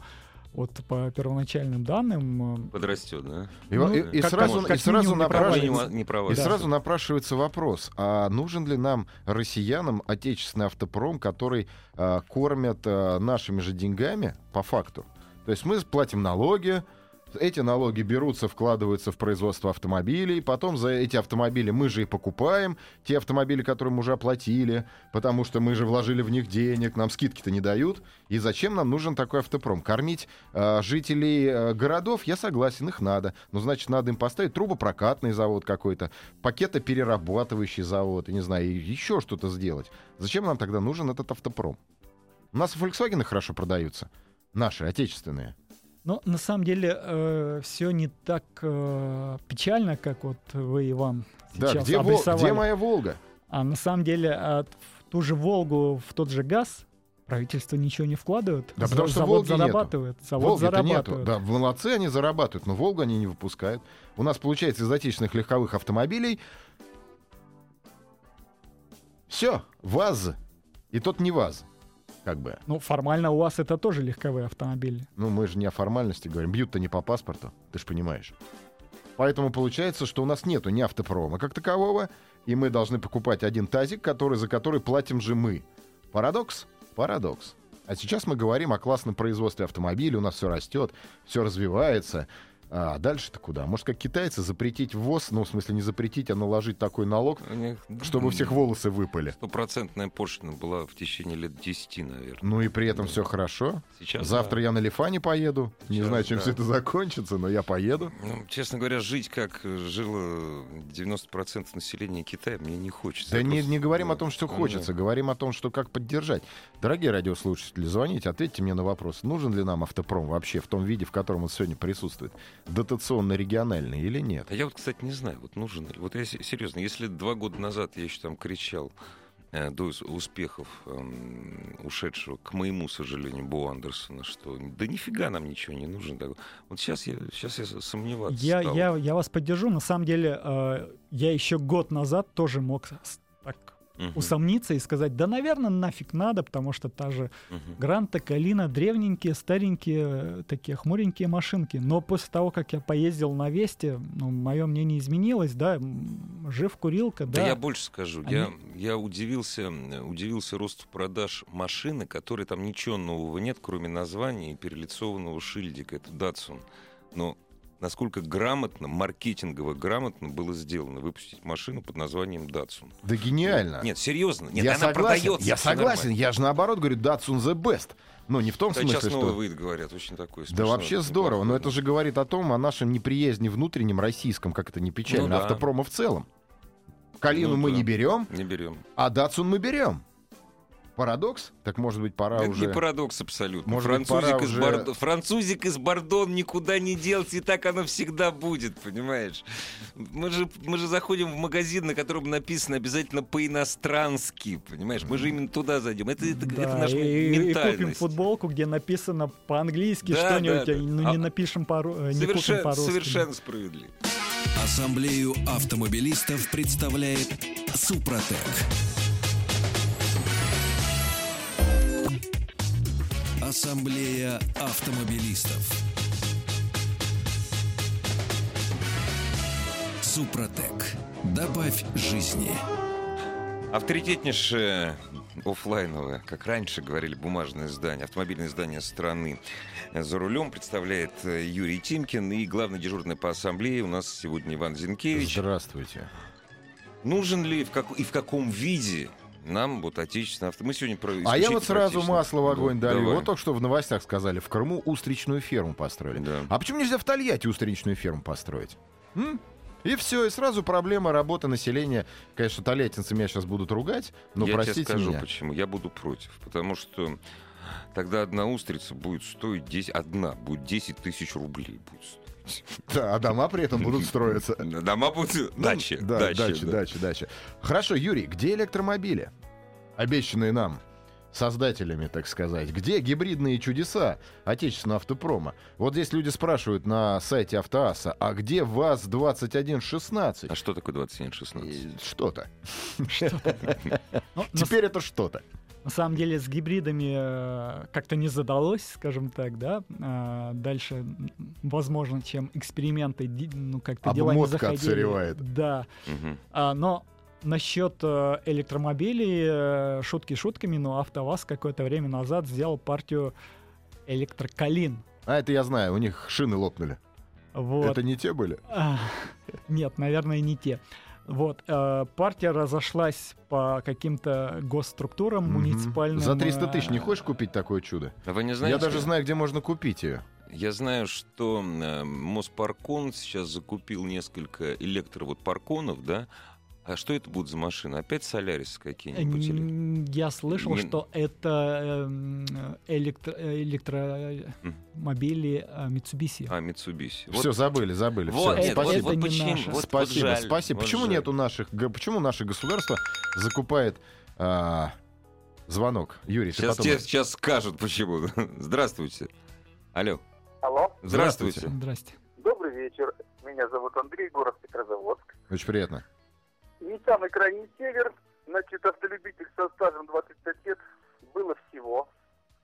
Speaker 3: вот по первоначальным данным, э,
Speaker 1: Подрастет, да?
Speaker 2: И,
Speaker 3: Ну,
Speaker 2: и- и
Speaker 3: как-
Speaker 2: сразу,
Speaker 3: как
Speaker 2: и сразу
Speaker 3: минимум не
Speaker 2: напрашивается-
Speaker 3: Правильно.
Speaker 1: Права не, не права.
Speaker 2: А И
Speaker 3: Да.
Speaker 2: сразу напрашивается вопрос, а нужен ли нам, россиянам, отечественный автопром, который а, кормят а, нашими же деньгами, по факту? То есть мы платим налоги, эти налоги берутся, вкладываются в производство автомобилей, потом за эти автомобили мы же и покупаем, те автомобили, которые мы уже оплатили, потому что мы же вложили в них денег, нам скидки-то не дают. И зачем нам нужен такой автопром? Кормить э, жителей э, городов, я согласен, их надо. Но значит, надо им поставить трубопрокатный завод какой-то, пакетоперерабатывающий завод, я не знаю, еще что-то сделать. Зачем нам тогда нужен этот автопром? У нас Volkswagen хорошо продаются. Наши, отечественные.
Speaker 3: но на самом деле все не так э, печально, как вот вы, Иван, сейчас
Speaker 2: да, где, Вол-
Speaker 3: обрисовали.
Speaker 2: где моя Волга?
Speaker 3: А на самом деле от, в ту же Волгу, в тот же газ правительство ничего не вкладывает.
Speaker 2: Да
Speaker 3: За-
Speaker 2: потому что
Speaker 3: завод
Speaker 2: «Волги» нету.
Speaker 3: зарабатывает. Завод
Speaker 2: Волги-то
Speaker 3: зарабатывает.
Speaker 2: нету. Да, молодцы, они зарабатывают, но Волгу они не выпускают. У нас, получается, из отечественных легковых автомобилей все, ВАЗ. И тот не ВАЗ. Как бы.
Speaker 3: Ну, формально у вас это тоже легковые автомобили.
Speaker 2: Ну, мы же не о формальности говорим. Бьют-то не по паспорту, ты же понимаешь. Поэтому получается, что у нас нету ни автопрома как такового, и мы должны покупать один тазик, который, за который платим же мы. Парадокс? Парадокс. А сейчас мы говорим о классном производстве автомобилей, у нас все растет, все развивается. А дальше-то куда? Может, как китайцы, запретить ввоз, ну, в смысле, не запретить, а наложить такой налог,
Speaker 1: У них,
Speaker 2: чтобы у
Speaker 1: м,
Speaker 2: всех волосы выпали.
Speaker 1: Стопроцентная пошлина была в течение лет 10, наверное.
Speaker 2: Ну и при этом все хорошо.
Speaker 1: Сейчас,
Speaker 2: Завтра я на Лифане поеду. Не
Speaker 1: Сейчас,
Speaker 2: знаю, чем
Speaker 1: да.
Speaker 2: все это закончится, но я поеду.
Speaker 1: Ну, честно говоря, жить как э, жило 90% населения Китая мне не хочется.
Speaker 2: Да
Speaker 1: Я
Speaker 2: не,
Speaker 1: просто-
Speaker 2: не говорим
Speaker 1: да.
Speaker 2: о том, что
Speaker 1: Ну,
Speaker 2: хочется, говорим о том, что как поддержать. Дорогие радиослушатели, звоните, ответьте мне на вопрос, нужен ли нам автопром вообще в том виде, в котором он сегодня присутствует, дотационно-региональный или нет.
Speaker 1: А я вот, кстати, не знаю, вот нужен ли. Вот я се- серьезно, если два года назад я еще там кричал э, до ус- успехов эм, ушедшего, к моему сожалению, Бо Андерсона, что да нифига нам ничего не нужно. такого». Вот сейчас я, сейчас я сомневаться
Speaker 3: Я,
Speaker 1: стал.
Speaker 3: я, я вас поддержу. На самом деле, э, я еще год назад тоже мог с- так
Speaker 1: Мгм,
Speaker 3: усомниться и сказать, да, наверное, нафиг надо, потому что та же
Speaker 1: мгм.
Speaker 3: Гранта, Калина, древненькие, старенькие, э, такие хмуренькие машинки. Но после того, как я поездил на Весте, ну, мое мнение изменилось, да, м, жив курилка,
Speaker 1: Да.
Speaker 3: да.
Speaker 1: я больше скажу. Я, я удивился, э, удивился росту продаж машины, которой там ничего нового нет, кроме названия и перелицованного шильдика. Это Datsun. Но насколько грамотно, маркетингово грамотно было сделано выпустить машину под названием Datsun.
Speaker 2: Да гениально.
Speaker 1: Нет, серьезно. Нет,
Speaker 2: я
Speaker 1: она
Speaker 2: согласен,
Speaker 1: продается.
Speaker 2: я
Speaker 1: всё
Speaker 2: согласен,
Speaker 1: нормально.
Speaker 2: я же наоборот говорю, Datsun the best. Ну, не в том
Speaker 1: Да,
Speaker 2: смысле,
Speaker 1: сейчас
Speaker 2: что...
Speaker 1: новый выйдет, говорят, очень такой.
Speaker 2: Да
Speaker 1: смешной,
Speaker 2: вообще
Speaker 1: неплохой.
Speaker 2: здорово, но это же говорит о том, о нашем неприязни внутреннем, российском, как это не печально,
Speaker 1: Ну да.
Speaker 2: автопрома в целом. Калину
Speaker 1: Ну
Speaker 2: мы
Speaker 1: да.
Speaker 2: не берем,
Speaker 1: Не берем.
Speaker 2: а Datsun мы берем. Парадокс? Так может быть пора
Speaker 3: А
Speaker 1: это
Speaker 2: уже...
Speaker 1: не парадокс абсолютно.
Speaker 2: Может быть,
Speaker 1: французик,
Speaker 2: пора
Speaker 1: из
Speaker 2: уже-
Speaker 1: Бордо... французик из Бордо он никуда не делся, и так оно всегда будет, понимаешь? Мы же, мы же заходим в магазин, на котором написано обязательно по-инострански, понимаешь? Мы же именно туда зайдем. Это, это,
Speaker 3: Да,
Speaker 1: это наша
Speaker 3: и, и купим
Speaker 1: ментальность.
Speaker 3: футболку, где написано по-английски
Speaker 1: Да,
Speaker 3: что-нибудь,
Speaker 1: да,
Speaker 3: а
Speaker 1: да.
Speaker 3: ну, не
Speaker 1: А-
Speaker 3: напишем по-ру- э, не купим
Speaker 1: Совершен-
Speaker 3: по-русски.
Speaker 1: совершенно справедливо.
Speaker 5: Ассамблею автомобилистов представляет Супротек. Ассамблея автомобилистов. Супротек. Добавь жизни.
Speaker 1: Авторитетнейшее оффлайновое, как раньше говорили, бумажное издание, автомобильное издание страны за рулем представляет э, Юрий Тимкин и главный дежурный по ассамблее у нас сегодня Иван Зинкевич.
Speaker 2: Здравствуйте.
Speaker 1: Нужен ли в как- и в каком виде нам вот отечественный авто? Мы сегодня про
Speaker 2: А я
Speaker 1: исключительно
Speaker 2: вот
Speaker 1: про
Speaker 2: сразу
Speaker 1: отечественное.
Speaker 2: масло в огонь
Speaker 1: Да,
Speaker 2: дарю.
Speaker 1: давай.
Speaker 2: Вот только что в новостях сказали, в Крыму устричную ферму построили.
Speaker 1: Да.
Speaker 2: А почему нельзя в Тольятти устричную ферму построить? М? И все, и сразу проблема работы населения. Конечно, тольяттинцы меня сейчас будут ругать, но
Speaker 1: я
Speaker 2: Ну, простите
Speaker 1: тебе скажу,
Speaker 2: меня.
Speaker 1: почему. Я буду против. Потому что тогда одна устрица будет стоить 10... Одна будет 10 тысяч рублей. Будет стоить.
Speaker 2: Да, а дома при этом будут строиться.
Speaker 1: Дома будут...
Speaker 2: Ну,
Speaker 1: Дачи.
Speaker 2: Да,
Speaker 1: дачи,
Speaker 2: дачи,
Speaker 1: да.
Speaker 2: дачи, дачи. Хорошо, Юрий, где электромобили? Обещанные нам создателями, так сказать. Где гибридные чудеса отечественного автопрома? Вот здесь люди спрашивают на сайте Автоаса, а где ВАЗ-2116?
Speaker 1: А что такое 2116?
Speaker 2: Э, Что-то.
Speaker 3: Ну, на с-
Speaker 2: Теперь это что-то.
Speaker 3: На самом деле с гибридами э, как-то не задалось, скажем так, да. А, Дальше, м, возможно, чем эксперименты, ди- ну как-то дела не
Speaker 2: Обмотка
Speaker 3: заходили.
Speaker 2: отсыревает.
Speaker 3: Да.
Speaker 1: Мгм.
Speaker 3: А, но насчет э, электромобилей, э, шутки шутками, но АвтоВАЗ какое-то время назад сделал партию электрокалин.
Speaker 2: А это я знаю, у них шины лопнули.
Speaker 3: Вот.
Speaker 2: Это не те были?
Speaker 3: А, Нет, наверное, не те. Вот, э, партия разошлась по каким-то госструктурам
Speaker 2: Мгм.
Speaker 3: муниципальным.
Speaker 2: За 300 тысяч не
Speaker 3: э,
Speaker 2: хочешь купить такое чудо?
Speaker 1: А Вы не знаете?
Speaker 2: я даже знаю, где можно купить ее.
Speaker 1: Я знаю, что э, Моспаркон сейчас закупил несколько электро вот парконов, да? А что это будут за машины? Опять Солярис какие-нибудь? или-
Speaker 3: М, Я слышал,
Speaker 1: Не-
Speaker 3: что это эм, электро- э, электромобили э, Mitsubishi.
Speaker 1: А, Митсубиси.
Speaker 2: Все, забыли, забыли.
Speaker 1: вот,
Speaker 2: Всё,
Speaker 1: нет, вот-
Speaker 2: спасибо.
Speaker 1: вот
Speaker 3: Это не
Speaker 1: почему,
Speaker 3: наше.
Speaker 1: вот- вот
Speaker 2: спасибо,
Speaker 1: жаль,
Speaker 2: спасибо.
Speaker 1: вот
Speaker 2: почему
Speaker 1: жаль.
Speaker 2: нет у наших, г- почему наше государство закупает а, звонок? Юрий, ты
Speaker 1: Сейчас
Speaker 2: потом-
Speaker 1: тебе сейчас скажут, почему. Здравствуйте. Алло.
Speaker 6: Алло,
Speaker 1: Здравствуйте.
Speaker 3: Здрасте.
Speaker 6: добрый вечер. Меня зовут Андрей, город Петрозаводск.
Speaker 2: Очень приятно.
Speaker 6: Не самый крайний север, значит, автолюбитель со стажем 25 лет было всего.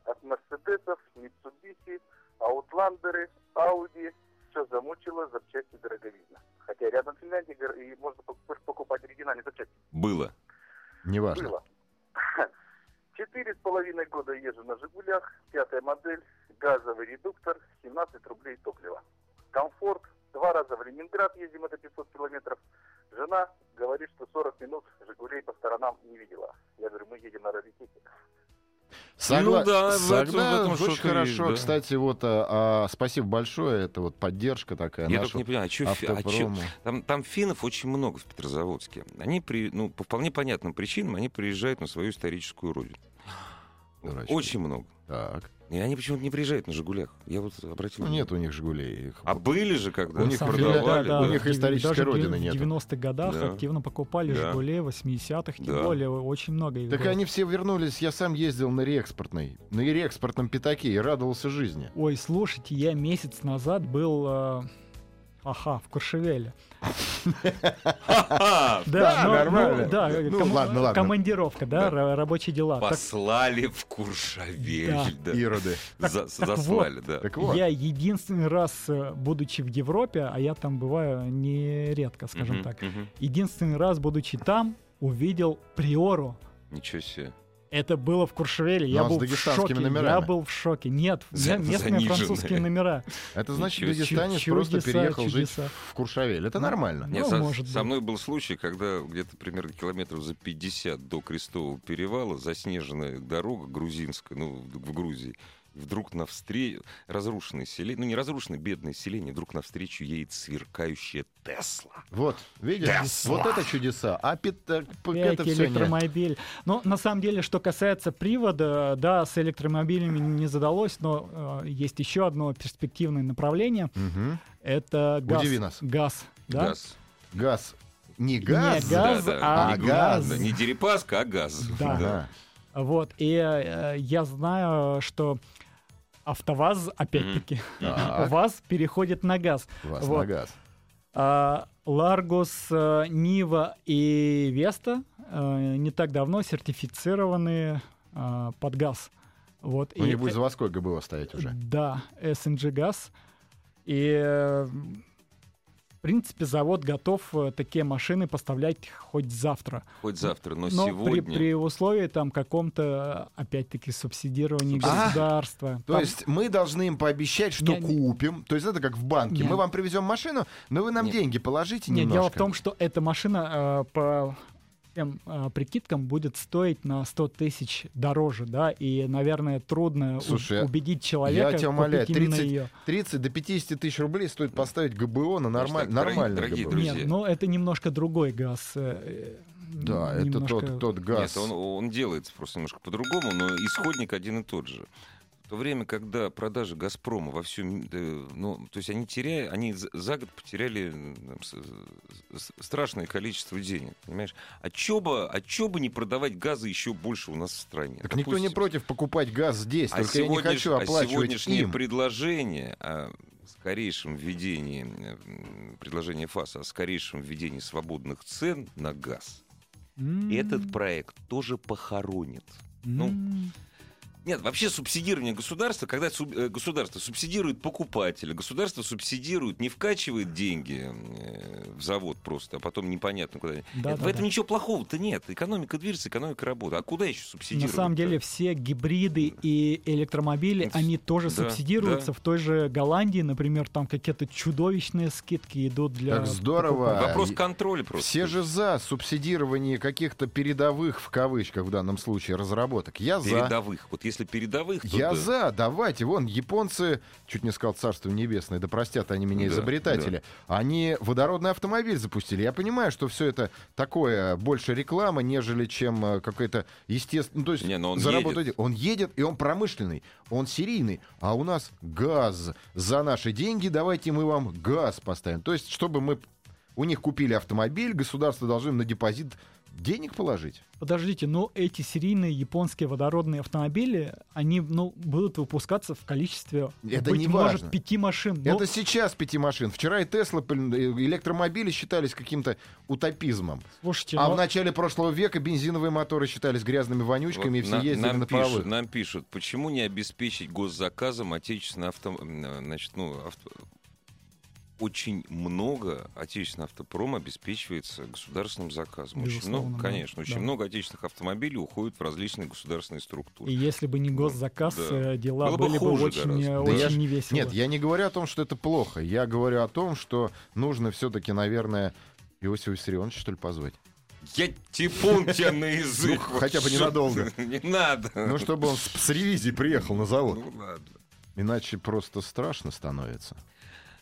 Speaker 6: От Мерседесов, Митсубиси, Аутландеры, Ауди. Все замучило, запчасти дороговизна. Хотя рядом Финляндия гор- и можно пок- покупать оригинальные запчасти.
Speaker 1: Было.
Speaker 2: Неважно.
Speaker 6: Было. Четыре с половиной года езжу на «Жигулях», пятая модель, газовый редуктор, 17 рублей топлива. Комфорт, два раза в Ленинград ездим, это 500 километров. Жена говорит, что 40 минут «Жигулей» по сторонам не видела. Я говорю, мы едем на раритете.
Speaker 2: Согла-
Speaker 1: Ну да, в этом- в
Speaker 2: согла-
Speaker 1: этом
Speaker 2: очень
Speaker 1: что-то
Speaker 2: хорошо.
Speaker 1: есть, да.
Speaker 2: Кстати, вот а, а, спасибо большое. Это вот поддержка такая
Speaker 1: Я только
Speaker 2: нашего
Speaker 1: не понимаю, а чё фи- а чё-
Speaker 2: автопрому.
Speaker 1: Там, там финнов очень много в Петрозаводске. Они, при, ну, по вполне понятным причинам, они приезжают на свою историческую родину.
Speaker 2: Дурачки.
Speaker 1: Очень много.
Speaker 2: Так.
Speaker 1: И они почему-то не приезжают на «Жигулях». Я вот обратил
Speaker 2: Ну
Speaker 1: внимание.
Speaker 2: нет у них Жигулей. Их-
Speaker 1: А были же когда
Speaker 2: У
Speaker 3: На
Speaker 2: них
Speaker 3: самом
Speaker 2: продавали,
Speaker 3: деле, да, да,
Speaker 2: у
Speaker 3: в
Speaker 2: них
Speaker 3: дев-
Speaker 2: исторической
Speaker 3: даже в дев-
Speaker 2: родины нет.
Speaker 3: В 90-х годах
Speaker 1: Да.
Speaker 3: активно покупали
Speaker 1: Да.
Speaker 3: «Жигули» в 80-х, тем
Speaker 1: Да.
Speaker 3: более очень много их
Speaker 2: Так
Speaker 3: было.
Speaker 2: они все вернулись. Я сам ездил на реэкспортной, на реэкспортном пятаке и радовался жизни.
Speaker 3: Ой, слушайте, я месяц назад был... э, Ага, в Куршевеле.
Speaker 1: Ха-ха!
Speaker 3: ну-
Speaker 2: Да,
Speaker 3: ну,
Speaker 2: нормально.
Speaker 3: да,
Speaker 2: Ну,
Speaker 3: ком-
Speaker 2: ладно, ладно.
Speaker 3: командировка, да,
Speaker 1: Да.
Speaker 3: ра- рабочие дела. Так
Speaker 1: Послали в Куршавель. да.
Speaker 2: Ироды.
Speaker 1: За-
Speaker 3: так
Speaker 1: Заслали, да.
Speaker 2: Так вот.
Speaker 3: Я единственный раз, э, будучи в Европе, а я там бываю нередко, скажем
Speaker 1: Мгм,
Speaker 3: так,
Speaker 1: мгм.
Speaker 3: единственный раз, будучи там, увидел Приору.
Speaker 1: Ничего себе.
Speaker 3: Это было в Куршевеле.
Speaker 2: Но
Speaker 3: Я
Speaker 2: Ну, а с
Speaker 3: был в
Speaker 2: дагестанскими
Speaker 3: шоке. Я
Speaker 2: номерами.
Speaker 3: был в шоке. Нет, у меня
Speaker 1: За-
Speaker 3: местные
Speaker 1: заниженные.
Speaker 3: французские номера.
Speaker 2: Это значит,
Speaker 1: Ничего себе.
Speaker 2: дагестанец
Speaker 3: Чу-
Speaker 2: просто
Speaker 3: чудеса,
Speaker 2: переехал
Speaker 3: чудеса.
Speaker 2: жить в Куршавель. Это
Speaker 3: Ну,
Speaker 2: нормально.
Speaker 3: ну,
Speaker 1: Нет, со,
Speaker 3: может
Speaker 1: со
Speaker 3: быть.
Speaker 1: мной был случай, когда где-то примерно километров за 50 до Крестового перевала заснеженная дорога грузинская, ну, в Грузии. вдруг навстречу, разрушенное селение, ну не разрушенное, бедное селение, вдруг навстречу едет сверкающая Тесла.
Speaker 2: Вот, видишь,
Speaker 1: Тесла.
Speaker 2: вот это чудеса. А пит- э, п-
Speaker 3: Опять
Speaker 2: это все
Speaker 3: электромобиль. Но на самом деле, что касается привода, да, с электромобилями не задалось, но э, есть еще одно перспективное направление. Это газ.
Speaker 2: Удиви нас.
Speaker 3: Газ. Да?
Speaker 1: Газ.
Speaker 2: Газ.
Speaker 3: Не
Speaker 2: Не газ?
Speaker 3: газ,
Speaker 1: Да, да.
Speaker 3: а
Speaker 2: А,
Speaker 3: газ.
Speaker 2: газ.
Speaker 1: Не Дерипаска, а газ.
Speaker 3: Да.
Speaker 2: Ага.
Speaker 3: Вот. И э, я знаю, что АвтоВАЗ, опять-таки,
Speaker 2: Так.
Speaker 3: ВАЗ переходит на газ.
Speaker 2: А, Вас
Speaker 3: Вот.
Speaker 2: на газ.
Speaker 3: А, Ларгус, э, Нива и Веста э, не так давно сертифицированы а, под газ. Вот,
Speaker 2: У
Speaker 3: и
Speaker 2: них будет
Speaker 3: э-
Speaker 2: заводской ГБО стоять уже.
Speaker 3: Да, СНГ газ. И э, в принципе завод готов э, такие машины поставлять хоть завтра.
Speaker 1: Хоть завтра, но,
Speaker 3: Но при,
Speaker 1: сегодня...
Speaker 3: при условии там каком-то, э, опять-таки, субсидировании
Speaker 2: А,
Speaker 3: государства.
Speaker 2: То
Speaker 3: Там-
Speaker 2: есть мы должны им пообещать,
Speaker 3: Не,
Speaker 2: что
Speaker 3: не-
Speaker 2: купим. То есть это как в
Speaker 3: Не.
Speaker 2: банке. Мы вам привезем машину, но вы нам
Speaker 1: Не.
Speaker 2: деньги положите
Speaker 3: Нет, дело в
Speaker 2: немножко.
Speaker 3: том, что эта машина э, по всем э, прикидкам будет стоить на 100 тысяч дороже, да, и, наверное, трудно у-
Speaker 2: Слушай,
Speaker 3: убедить человека
Speaker 2: тебя умоляю,
Speaker 3: купить именно
Speaker 2: 30
Speaker 3: ее.
Speaker 2: 30 до 50 тысяч рублей стоит поставить ГБО на
Speaker 1: Потому что
Speaker 2: нормаль...
Speaker 1: так, дорогие-
Speaker 2: нормальный
Speaker 1: дорогие
Speaker 2: ГБО.
Speaker 1: друзья.
Speaker 3: Нет, но это немножко другой газ. э, э,
Speaker 2: Да, это
Speaker 3: немножко-
Speaker 2: тот, тот газ.
Speaker 1: Нет, он, он делается просто немножко по-другому, но исходник один и тот же. В то время, когда продажи Газпрома во всем, э, ну, то есть они теряют, они за- за год потеряли м, там, с- с- страшное количество денег, понимаешь? А чё бы, а чё бы не продавать газа еще больше у нас в стране?
Speaker 2: Так никто не
Speaker 1: Допустим.
Speaker 2: против покупать газ здесь,
Speaker 1: А,
Speaker 2: только я не
Speaker 1: сегодняш-
Speaker 2: хочу
Speaker 1: а
Speaker 2: оплачивать
Speaker 1: сегодняшнее
Speaker 2: им.
Speaker 1: предложение о скорейшем введении, э, м, предложение ФАСа о скорейшем введении свободных цен на газ,
Speaker 3: М,
Speaker 1: этот проект тоже похоронит. ну,
Speaker 3: м.
Speaker 1: Нет, вообще субсидирование государства, когда суб- э, государство субсидирует покупателя, государство субсидирует, не вкачивает деньги э, в завод просто, а потом непонятно куда.
Speaker 3: Да,
Speaker 1: Нет,
Speaker 3: да,
Speaker 1: в этом
Speaker 3: да.
Speaker 1: ничего плохого-то нет. Экономика движется, экономика работает. А куда еще
Speaker 3: На
Speaker 1: субсидировать?
Speaker 3: самом деле все гибриды и электромобили,
Speaker 1: Ну,
Speaker 3: они тоже
Speaker 1: да,
Speaker 3: субсидируются.
Speaker 1: да.
Speaker 3: В той же Голландии, например, там какие-то чудовищные скидки идут для...
Speaker 2: Как здорово.
Speaker 3: покупателей.
Speaker 1: Вопрос
Speaker 2: А, и-
Speaker 1: контроля просто.
Speaker 2: Все же за субсидирование каких-то передовых, в кавычках в данном случае, разработок. Я за.
Speaker 1: передовых. Вот если передовых, то
Speaker 2: Я
Speaker 1: да.
Speaker 2: за, давайте. Вон, японцы, чуть не сказал царство небесное, да простят они меня,
Speaker 1: Да,
Speaker 2: изобретатели. Они водородный автомобиль запустили. Я понимаю, что все это такое, больше реклама, нежели чем э, какая-то естественная... то есть
Speaker 1: Не, но он
Speaker 2: заработать
Speaker 1: едет.
Speaker 2: денег. Он едет, и он промышленный, он серийный. А у нас газ. За наши деньги давайте мы вам газ поставим. То есть, чтобы мы у них купили автомобиль, государство должно им на депозит денег положить.
Speaker 3: Подождите, но эти серийные японские водородные автомобили, они ну, будут выпускаться в количестве,
Speaker 2: Это
Speaker 3: быть
Speaker 2: не
Speaker 3: может,
Speaker 2: важно.
Speaker 3: пяти машин. Ну, но-
Speaker 2: Это сейчас пяти машин. Вчера и Тесла, пл- э, электромобили считались каким-то утопизмом.
Speaker 3: слушайте, ну,
Speaker 2: А
Speaker 3: но-
Speaker 2: в начале прошлого века бензиновые моторы считались грязными
Speaker 1: Вот
Speaker 2: вонючками, и все
Speaker 1: на-
Speaker 2: ездили
Speaker 1: нам,
Speaker 2: на
Speaker 1: пишут,
Speaker 2: паровых.
Speaker 1: нам пишут, почему не обеспечить госзаказом отечественное авто... м, э, Значит, ну, авто- Очень много отечественного автопрома обеспечивается государственным заказом. Очень
Speaker 3: Безусловно,
Speaker 1: много,
Speaker 3: да.
Speaker 1: конечно. Очень
Speaker 3: Да.
Speaker 1: много отечественных автомобилей уходит в различные государственные
Speaker 3: И
Speaker 1: структуры.
Speaker 3: если бы не госзаказ,
Speaker 1: Ну, Да.
Speaker 3: э, дела
Speaker 1: Было бы
Speaker 3: были бы,
Speaker 1: хуже
Speaker 3: очень,
Speaker 1: гораздо.
Speaker 3: э,
Speaker 1: Да
Speaker 3: очень
Speaker 2: я ж-
Speaker 3: невесело.
Speaker 2: Нет, я не говорю о том, что это плохо. Я говорю о том, что нужно все-таки, наверное, Иосифа Виссарионовича, что ли, позвать?
Speaker 1: Я типун тебя на язык.
Speaker 2: Ну, хотя бы
Speaker 1: Вот
Speaker 2: ненадолго.
Speaker 1: что- Не надо.
Speaker 2: Ну, чтобы он с, с ревизией приехал на завод.
Speaker 1: Ну, ладно.
Speaker 2: Иначе просто страшно становится.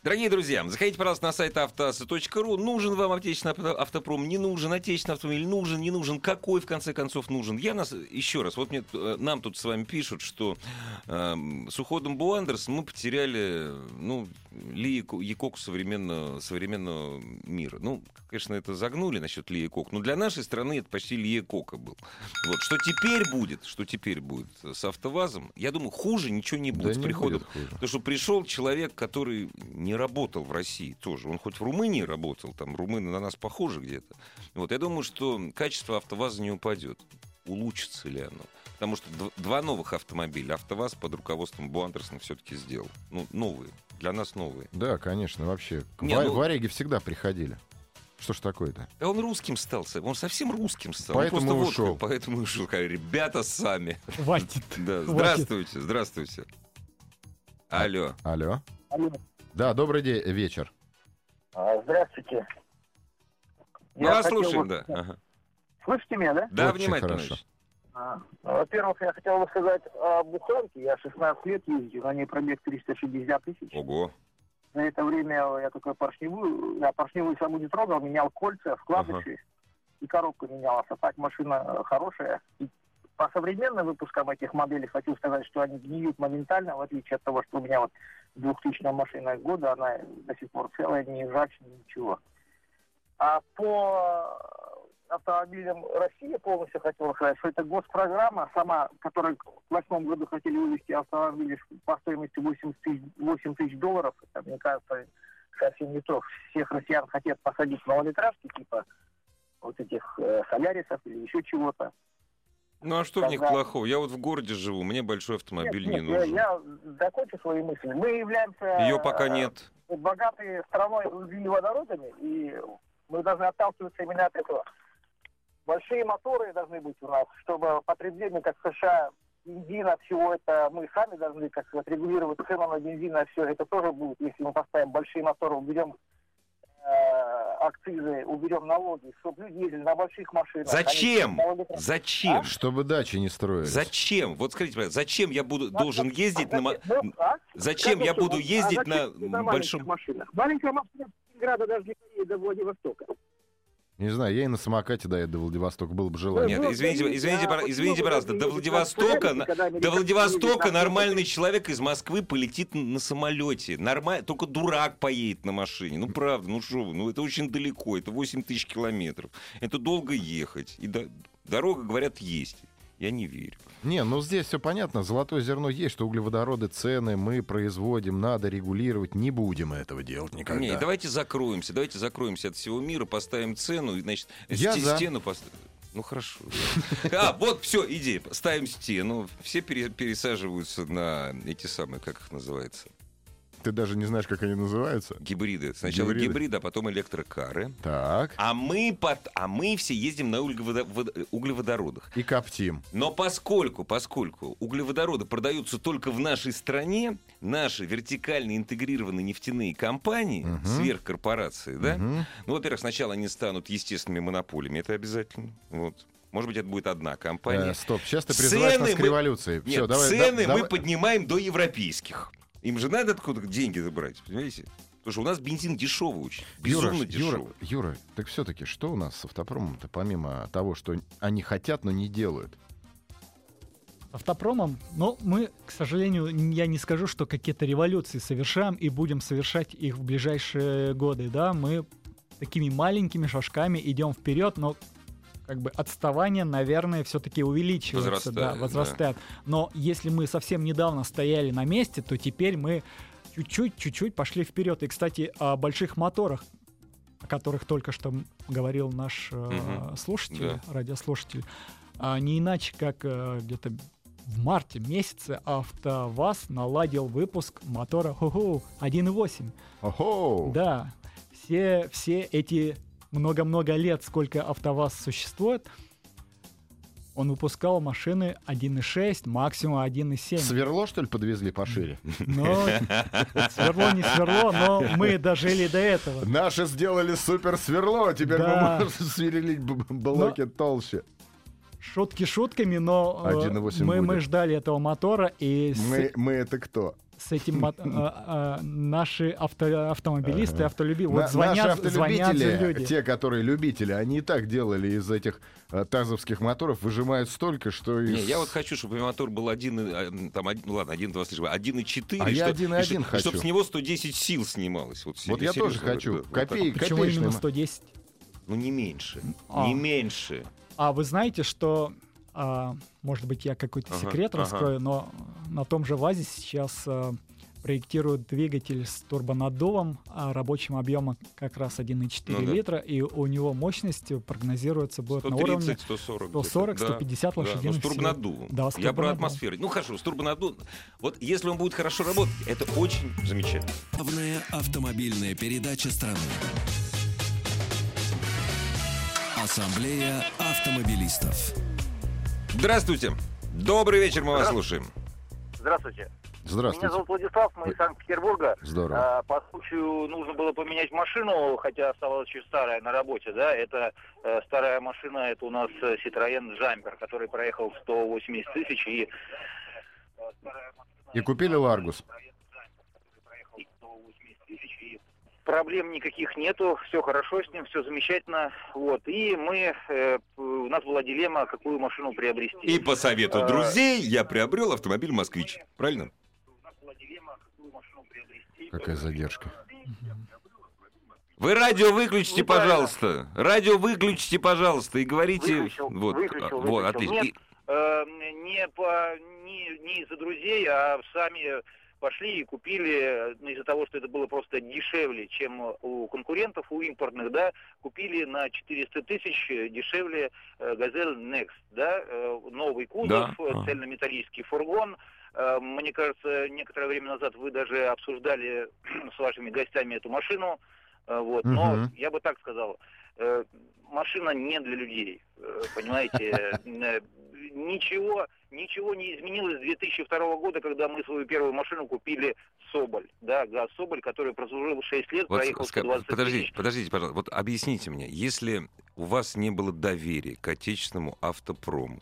Speaker 1: Дорогие друзья, заходите, пожалуйста, на сайт автоаса.ру. Нужен вам отечественный авто- автопром, не нужен отечественный автомобиль, нужен, не нужен, какой, в конце концов, нужен. Я нас, еще раз, вот мне, э, нам тут с вами пишут, что эм, с уходом Буандерс мы потеряли, ну, Ли Яко- Якоку современного, современного мира. Ну, конечно, это загнули насчет Ли Якок, но для нашей страны это почти Ли Якока был. Вот, что теперь будет, что теперь будет с АвтоВАЗом, я думаю, хуже ничего не будет
Speaker 2: Да
Speaker 1: с
Speaker 2: не
Speaker 1: приходом
Speaker 2: будет хуже.
Speaker 1: Потому что пришел человек, который не работал в России тоже. Он хоть в Румынии работал, там румыны на нас похожи где-то. Вот я думаю, что качество АвтоВАЗа не упадет. Улучшится ли оно? Потому что дв- два новых автомобиля АвтоВАЗ под руководством Буандерсона все-таки сделал. Ну, новые. Для нас новые.
Speaker 2: Да, конечно, вообще. К
Speaker 1: Не,
Speaker 2: ва-
Speaker 1: ну-
Speaker 2: вареги всегда приходили. Что ж такое-то?
Speaker 1: Да А он русским стал. со- Он совсем русским стал.
Speaker 2: Поэтому
Speaker 1: он
Speaker 2: и
Speaker 1: водкой-
Speaker 2: ушел.
Speaker 1: поэтому и ушел. Сказали, Ребята сами.
Speaker 3: Хватит.
Speaker 1: Да,
Speaker 3: Хватит.
Speaker 1: здравствуйте, здравствуйте. Алло.
Speaker 2: Алло.
Speaker 4: Алло.
Speaker 2: Да, добрый день, вечер.
Speaker 4: А, Здравствуйте.
Speaker 1: Мы
Speaker 4: Я
Speaker 1: вас
Speaker 4: хотел
Speaker 1: слушаем,
Speaker 4: бы-
Speaker 1: да. Ага.
Speaker 4: Слышите меня, да?
Speaker 1: Да,
Speaker 2: Очень
Speaker 1: внимательно.
Speaker 2: хорошо.
Speaker 1: значит.
Speaker 4: А,
Speaker 7: А, Во-первых, я хотел бы сказать о буханке. Я 16 лет ездил, на ней пробег 360 тысяч.
Speaker 1: Ого.
Speaker 7: За это время я только поршневую, я поршневую саму не трогал, менял кольца, вкладыши и коробку менял. А так машина э, хорошая. И по современным выпускам этих моделей хочу сказать, что они гниют моментально, в отличие от того, что у меня вот 2000 машина года, она до сих пор целая, не ржавчина, ничего. А по автомобилям России полностью хотел сказать, что это госпрограмма сама, которая в восьмом году хотели вывести автомобили по стоимости 8 тысяч, 8 тысяч долларов. Это, мне кажется, совсем не то. Всех россиян хотят посадить в малолитражки, типа вот этих э, солярисов или еще чего-то.
Speaker 1: Ну а что в них
Speaker 7: Тогда-
Speaker 1: плохого? Я вот в городе живу, мне большой автомобиль
Speaker 7: Нет,
Speaker 1: не
Speaker 7: нет,
Speaker 1: нужен.
Speaker 7: Я, я закончу свою мысль. Мы являемся...
Speaker 1: Ее пока
Speaker 7: э,
Speaker 1: нет.
Speaker 7: богатой страной углеводородами, и мы должны отталкиваться именно от этого. Большие моторы должны быть у нас, чтобы потребление, как в США, бензина, всего это мы сами должны как сказать, регулировать цену на бензин, а все это тоже будет, если мы поставим большие моторы, уберем э, акцизы, уберем налоги, чтобы люди ездили на больших машинах. а не
Speaker 1: Зачем?
Speaker 7: на малолитражках. а,
Speaker 1: Зачем?
Speaker 2: Чтобы дачи не строились.
Speaker 1: Зачем? Вот скажите, пожалуйста, зачем я буду
Speaker 7: а
Speaker 1: должен ездить на... мо-
Speaker 7: Ну, а?
Speaker 1: Зачем
Speaker 7: Как
Speaker 1: я
Speaker 7: это
Speaker 1: буду
Speaker 7: у вас?
Speaker 1: ездить
Speaker 7: А
Speaker 1: на
Speaker 7: зачем на маленьких
Speaker 1: большом...
Speaker 7: машинах? Маленькая машина с Ленинграда даже не поедет до Владивостока.
Speaker 2: Не знаю, я и на самокате доеду до Владивостока, было бы
Speaker 8: Э,
Speaker 2: желание.
Speaker 8: ну,
Speaker 1: Нет, извините, извините, пора- извините, пожалуйста, до Владивостока, на- до Владивостока нормальный человек из Москвы полетит на самолете. Нормально, только дурак поедет на машине. Ну, правда, ну что вы, ну это очень далеко, это 8 тысяч километров. Это долго ехать. И до- дорога, говорят, есть. Я не верю.
Speaker 2: Не, ну здесь все понятно, золотое зерно есть, что углеводороды, цены мы производим, надо регулировать, не будем этого делать никогда.
Speaker 1: Не, давайте закроемся, давайте закроемся от всего мира, поставим цену, и, значит,
Speaker 2: Я
Speaker 1: сте-
Speaker 2: за.
Speaker 1: стену поставим. Ну хорошо. А, вот, все, идея. Ставим стену, все пере- пересаживаются на эти самые, как их называется,
Speaker 2: Ты даже не знаешь, как они называются.
Speaker 1: гибриды. Сначала
Speaker 2: Гибриды.
Speaker 1: гибриды, а потом электрокары.
Speaker 2: Так,
Speaker 1: А мы, под, а мы все ездим на углеводо- водо- углеводородах.
Speaker 2: и коптим.
Speaker 1: Но поскольку, поскольку углеводороды продаются только в нашей стране, наши вертикально интегрированные нефтяные компании,
Speaker 2: Мгм.
Speaker 1: сверхкорпорации, да,
Speaker 2: Мгм. Э,
Speaker 1: Ну, во-первых, сначала они станут естественными монополиями, это обязательно. Вот. Может быть, это будет одна компания.
Speaker 2: Э, стоп, сейчас ты
Speaker 1: Цены
Speaker 2: призываешь нас к
Speaker 1: мы-
Speaker 2: революции.
Speaker 1: Нет,
Speaker 2: Всё, давай, да-
Speaker 1: цены мы
Speaker 2: давай.
Speaker 1: поднимаем до европейских. Им же надо откуда деньги забрать, понимаете? Потому что у нас бензин дешевый очень.
Speaker 2: Юра,
Speaker 1: Безумно дешевый.
Speaker 2: Юра, Юра, так все-таки что у нас с автопромом-то, помимо того, что они хотят, но не делают?
Speaker 3: автопромом, но мы, к сожалению, н- я не скажу, что какие-то революции совершаем и будем совершать их в ближайшие годы, да, мы такими маленькими шажками идем вперед, но как бы отставание, наверное, все-таки увеличивается, да,
Speaker 1: Возрастает, да.
Speaker 3: возрастает. Но если мы совсем недавно стояли на месте, то теперь мы чуть-чуть, чуть-чуть пошли вперед. И, кстати, о больших моторах, о которых только что м- говорил наш э,
Speaker 1: Мгм.
Speaker 3: слушатель, радиослушатель, а не иначе, как э, где-то в марте месяце АвтоВАЗ наладил выпуск мотора ху-ху 1.8.
Speaker 2: Охо!
Speaker 3: Да, все, все эти много-много лет, сколько АвтоВАЗ существует, он выпускал машины 1.6, максимум 1.7.
Speaker 2: Сверло, что ли, подвезли пошире?
Speaker 3: Но сверло не сверло, но мы дожили до этого.
Speaker 2: Наши сделали супер сверло, теперь
Speaker 3: Да.
Speaker 2: мы можем сверлить б- б- блоки толще.
Speaker 3: Шутки шутками, но э,
Speaker 2: 1.8
Speaker 3: мы, мы
Speaker 2: будет.
Speaker 3: ждали этого мотора, и с-
Speaker 2: Мы, мы это кто?
Speaker 3: с этим мот- а, а, наши авто- автомобилисты,
Speaker 2: Ага.
Speaker 3: автолюби,
Speaker 2: На-
Speaker 3: вот звонят,
Speaker 2: наши
Speaker 3: звонят же
Speaker 2: автолюбители,
Speaker 3: люди.
Speaker 2: те, которые любители, они и так делали из этих э, тазовских моторов, выжимают столько, что...
Speaker 1: Не,
Speaker 2: из-
Speaker 1: я вот хочу, чтобы мотор был один, и, э, там, один, ну ладно, один, два, слишком, один и четыре.
Speaker 2: А я
Speaker 1: что-
Speaker 2: один и
Speaker 1: и
Speaker 2: один
Speaker 1: что- и
Speaker 2: хочу.
Speaker 1: Чтобы с него 110 сил снималось. Вот,
Speaker 2: Вот
Speaker 1: сери-
Speaker 2: я тоже
Speaker 1: серьезно, да,
Speaker 2: хочу.
Speaker 1: да, вот так.
Speaker 2: Копей,
Speaker 3: Почему именно
Speaker 2: копеечные
Speaker 3: 110?
Speaker 1: Ну, не меньше.
Speaker 3: А.
Speaker 1: Не меньше.
Speaker 3: А вы знаете, что, а, может быть, я какой-то
Speaker 1: Ага,
Speaker 3: секрет
Speaker 1: ага.
Speaker 3: раскрою, но на том же ВАЗе сейчас а, проектируют двигатель с турбонаддувом а, рабочим объемом как раз 1,4
Speaker 1: Ну да.
Speaker 3: литра, и у него мощность э, прогнозируется будет на уровне
Speaker 1: 130, 140. где-то.
Speaker 3: 140,
Speaker 1: Да.
Speaker 3: 150
Speaker 1: Да, ну,
Speaker 3: лошадиных
Speaker 1: с
Speaker 3: сил. Да,
Speaker 1: турбонаддувом.
Speaker 3: с
Speaker 1: Я про
Speaker 3: турбонаддувом.
Speaker 1: атмосферу. Ну хорошо, с турбонаддувом. Вот если он будет хорошо работать, это очень замечательно.
Speaker 5: Главная автомобильная передача страны. Ассамблея автомобилистов.
Speaker 1: Здравствуйте. Добрый вечер, мы вас
Speaker 8: Здра-
Speaker 1: слушаем.
Speaker 8: Здравствуйте.
Speaker 2: Здравствуйте.
Speaker 8: Меня зовут Владислав, мы из Санкт-Петербурга.
Speaker 2: Здорово.
Speaker 8: А, По случаю нужно было поменять машину, хотя осталась еще старая на работе, да, это э, старая машина, это у нас э, Citroёn Jumper, который проехал 180 тысяч и...
Speaker 2: И купили Ларгус.
Speaker 8: Проблем никаких нету, все хорошо с ним, все замечательно, вот, и мы, э, п- у нас была дилемма, какую машину приобрести.
Speaker 1: И по совету
Speaker 8: А.
Speaker 1: друзей я приобрел автомобиль «Москвич». Правильно?
Speaker 2: Какая задержка.
Speaker 1: Вы радио выключите,
Speaker 8: Ну, правильно.
Speaker 1: пожалуйста. Радио выключите, пожалуйста, и говорите.
Speaker 8: Выключил,
Speaker 1: вот,
Speaker 8: выключил,
Speaker 1: а,
Speaker 8: выключил.
Speaker 1: вот, отлично.
Speaker 8: Нет,
Speaker 1: И-
Speaker 8: э, не, по, не, не из-за друзей, а сами пошли и купили, э, ну, из-за того, что это было просто дешевле, чем у конкурентов, у импортных, да, купили на 400 тысяч э, дешевле э, «Газель Next», да, э, новый кузов,
Speaker 1: Да,
Speaker 8: э,
Speaker 1: ага.
Speaker 8: цельнометаллический фургон. Э, Мне кажется, некоторое время назад вы даже обсуждали с вашими гостями эту машину, Э, вот, но
Speaker 2: Мгм.
Speaker 8: я бы так сказал, Э, машина не для людей, э, понимаете. Э, Ничего, ничего не изменилось с 2002 года, когда мы свою первую машину купили «Соболь». Да, «ГАЗ Соболь», который прослужил 6 лет,
Speaker 1: Вот
Speaker 8: проехал
Speaker 1: ска-
Speaker 8: 120
Speaker 1: подождите,
Speaker 8: тысяч.
Speaker 1: подождите, пожалуйста. Вот объясните мне, если у вас не было доверия к отечественному автопрому,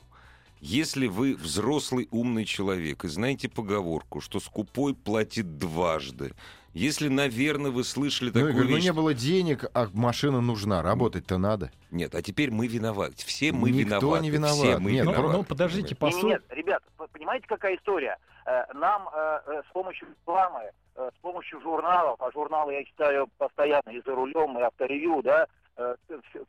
Speaker 1: если вы взрослый умный человек и знаете поговорку, что скупой платит дважды, если, наверное, вы слышали
Speaker 2: Ну,
Speaker 1: такую
Speaker 2: я говорю, ну
Speaker 1: вещь-
Speaker 2: не было денег, а машина нужна, работать-то надо.
Speaker 1: Нет, а теперь мы виноваты. Все мы
Speaker 2: Никто
Speaker 1: виноваты.
Speaker 2: не
Speaker 1: Все
Speaker 2: виноват.
Speaker 1: мы
Speaker 2: Нет,
Speaker 3: Ну,
Speaker 2: ну,
Speaker 1: виноваты.
Speaker 3: ну, подождите, по
Speaker 8: Нет,
Speaker 3: су-
Speaker 8: нет, ребят, вы понимаете, какая история? Э, Нам э, э, с помощью рекламы, э, с помощью журналов, а журналы я читаю постоянно и за рулем, и авторевью, да, э,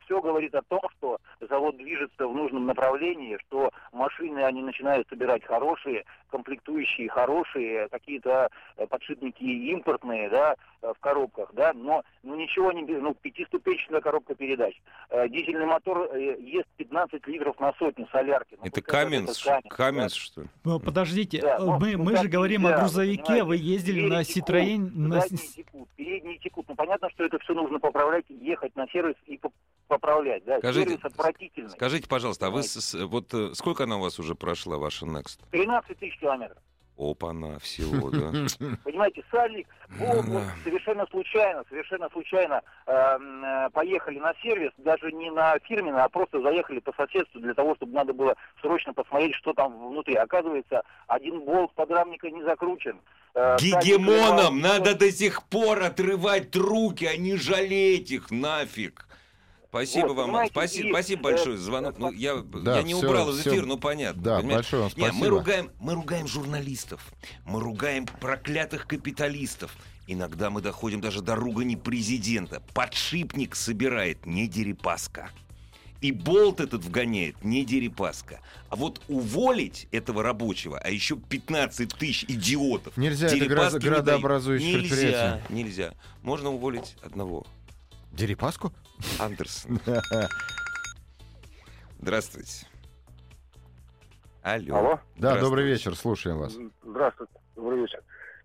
Speaker 8: все, говорит о том, что завод движется в нужном направлении, что машины они начинают собирать хорошие, комплектующие хорошие, какие-то э, подшипники импортные, да, э, в коробках, да, но ну, ничего не без- ну, пятиступенчатая коробка передач. Э, Дизельный мотор э, ест 15 литров на сотню солярки. Ну,
Speaker 1: Это
Speaker 8: пускай даже
Speaker 1: Каменс,
Speaker 8: это Каменс, да.
Speaker 1: Каменс, что ли?
Speaker 3: Ну, подождите,
Speaker 8: Да,
Speaker 3: э,
Speaker 8: ну,
Speaker 3: мы,
Speaker 8: ну,
Speaker 3: мы
Speaker 8: так
Speaker 3: же говорим о
Speaker 8: нельзя,
Speaker 3: грузовике,
Speaker 8: понимаете,
Speaker 3: вы ездили
Speaker 8: двери
Speaker 3: на
Speaker 8: текут,
Speaker 3: Citroёn, на...
Speaker 8: задние текут, передние текут. Ну, понятно, что это все нужно поправлять, ехать на сервис и поп- поправлять, да.
Speaker 1: Скажите,
Speaker 8: сервис отвратительный.
Speaker 1: Скажите, пожалуйста, а вы с- с- вот э, сколько она у вас уже прошла, ваша Next?
Speaker 8: 13 тысяч километров.
Speaker 1: Опа-на, всего, да.
Speaker 8: Понимаете, сальник, в область,
Speaker 1: Да.
Speaker 8: совершенно случайно, совершенно случайно эм, э, поехали на сервис, даже не на фирменный, а просто заехали по соседству для того, чтобы надо было срочно посмотреть, что там внутри. Оказывается, один болт подрамника не закручен. Э, сальник
Speaker 1: Гегемонам
Speaker 8: левал-
Speaker 1: надо до сих пор отрывать руки, а не жалеть их нафиг. Спасибо
Speaker 8: Вот,
Speaker 1: вам.
Speaker 8: понимаете,
Speaker 1: Спасибо,
Speaker 8: и,
Speaker 1: спасибо
Speaker 8: э,
Speaker 1: большое за звонок. Ну, я,
Speaker 2: Да,
Speaker 1: я не
Speaker 2: всё,
Speaker 1: убрал из
Speaker 2: всё.
Speaker 1: эфира, ну понятно.
Speaker 2: Да,
Speaker 1: понимаешь?
Speaker 2: большое вам
Speaker 1: Не,
Speaker 2: спасибо.
Speaker 1: мы ругаем, мы ругаем журналистов, мы ругаем проклятых капиталистов. Иногда мы доходим даже до ругани президента. Подшипник собирает не Дерипаска. И болт этот вгоняет не Дерипаска. А вот уволить этого рабочего, а еще 15 тысяч идиотов.
Speaker 2: Нельзя, это
Speaker 1: Дерипаски
Speaker 2: гра-
Speaker 1: не дают.
Speaker 2: градообразующие
Speaker 1: Нельзя,
Speaker 2: предприятия.
Speaker 1: нельзя. Можно уволить одного.
Speaker 2: Дерипаску?
Speaker 1: Андерсон. Здравствуйте. Алло.
Speaker 4: Алло.
Speaker 2: Да, добрый
Speaker 1: Здравствуйте.
Speaker 2: вечер, слушаем вас.
Speaker 4: М, Здравствуйте, добрый вечер.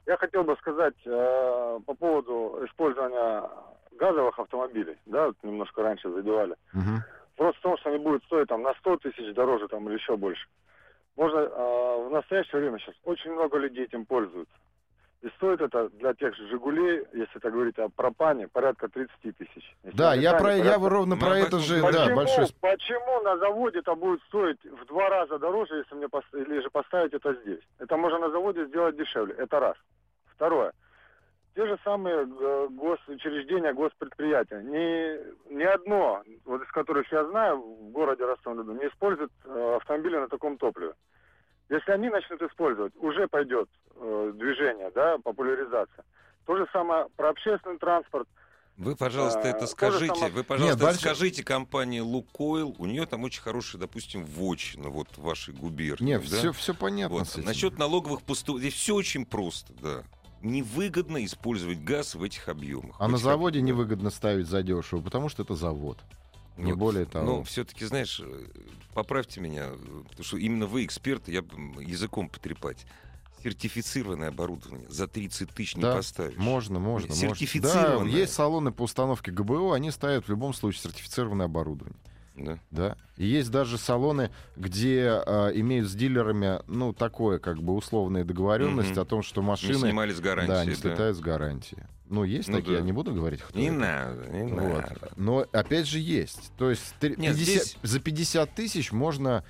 Speaker 4: Я хотел бы сказать э, по поводу использования газовых автомобилей, да, вот немножко раньше задевали.
Speaker 2: Мгм.
Speaker 4: Просто в том, что они будут стоить там на 100 тысяч дороже там или еще больше. Можно э, в настоящее время сейчас очень много людей этим пользуются. И стоит это для тех же «Жигулей», если это говорить о пропане, порядка 30 тысяч. Если
Speaker 2: Да,
Speaker 4: на
Speaker 2: я
Speaker 4: метане,
Speaker 2: про я
Speaker 4: порядка-
Speaker 2: вот ровно
Speaker 1: Ну,
Speaker 2: про
Speaker 1: а
Speaker 2: это
Speaker 1: как-
Speaker 2: же,
Speaker 4: Почему,
Speaker 2: да, большой. сп-
Speaker 4: почему на заводе это будет стоить в два раза дороже, если мне пос- или же поставить это здесь? Это можно на заводе сделать дешевле. Это раз. Второе. Те же самые э, госучреждения, госпредприятия. Ни, ни одно, вот из которых я знаю, в городе ростов не использует э, автомобили на таком топливе. Если они начнут использовать, уже пойдет э, движение, да, популяризация. То же самое про общественный транспорт.
Speaker 1: Вы, пожалуйста,
Speaker 4: А,
Speaker 1: это
Speaker 4: тоже
Speaker 1: скажите.
Speaker 4: само-
Speaker 1: Вы, пожалуйста,
Speaker 2: Нет,
Speaker 1: это
Speaker 2: дальше-
Speaker 1: скажите компании Лукойл. У нее там очень хорошая, допустим, вотчина вот в вашей губернии.
Speaker 2: Не,
Speaker 1: да?
Speaker 2: все, все понятно.
Speaker 1: Вот.
Speaker 2: с этим.
Speaker 1: Насчет налоговых поступок. Здесь все очень просто, да. Невыгодно использовать газ в этих объемах.
Speaker 2: А на заводе невыгодно ставить задешево, потому что это завод.
Speaker 1: Ну,
Speaker 2: не более того.
Speaker 1: Но все-таки, знаешь, э, поправьте меня, э, потому что именно вы эксперты, я б, м, языком потрепать. Сертифицированное оборудование за 30 тысяч не
Speaker 2: Да,
Speaker 1: поставишь.
Speaker 2: Можно, можно, можно. Да,
Speaker 1: Сертифицированное.
Speaker 2: есть салоны по установке ГБО, они ставят в любом случае сертифицированное оборудование.
Speaker 1: Да.
Speaker 2: Да. И есть даже салоны, где э, имеют с дилерами, ну, такое, как бы, условная договоренность
Speaker 1: Мгм.
Speaker 2: о том, что
Speaker 1: Не
Speaker 2: машины...
Speaker 1: снимали с гарантии.
Speaker 2: да, не
Speaker 1: да.
Speaker 2: слетают с гарантии. Ну, есть
Speaker 1: Ну
Speaker 2: такие, я
Speaker 1: да.
Speaker 2: не буду говорить, кто
Speaker 1: Не
Speaker 2: это.
Speaker 1: надо, не
Speaker 2: Вот.
Speaker 1: надо.
Speaker 2: Но, опять же, есть. То есть три-
Speaker 1: Нет,
Speaker 2: 50
Speaker 1: здесь-
Speaker 2: за 50 тысяч можно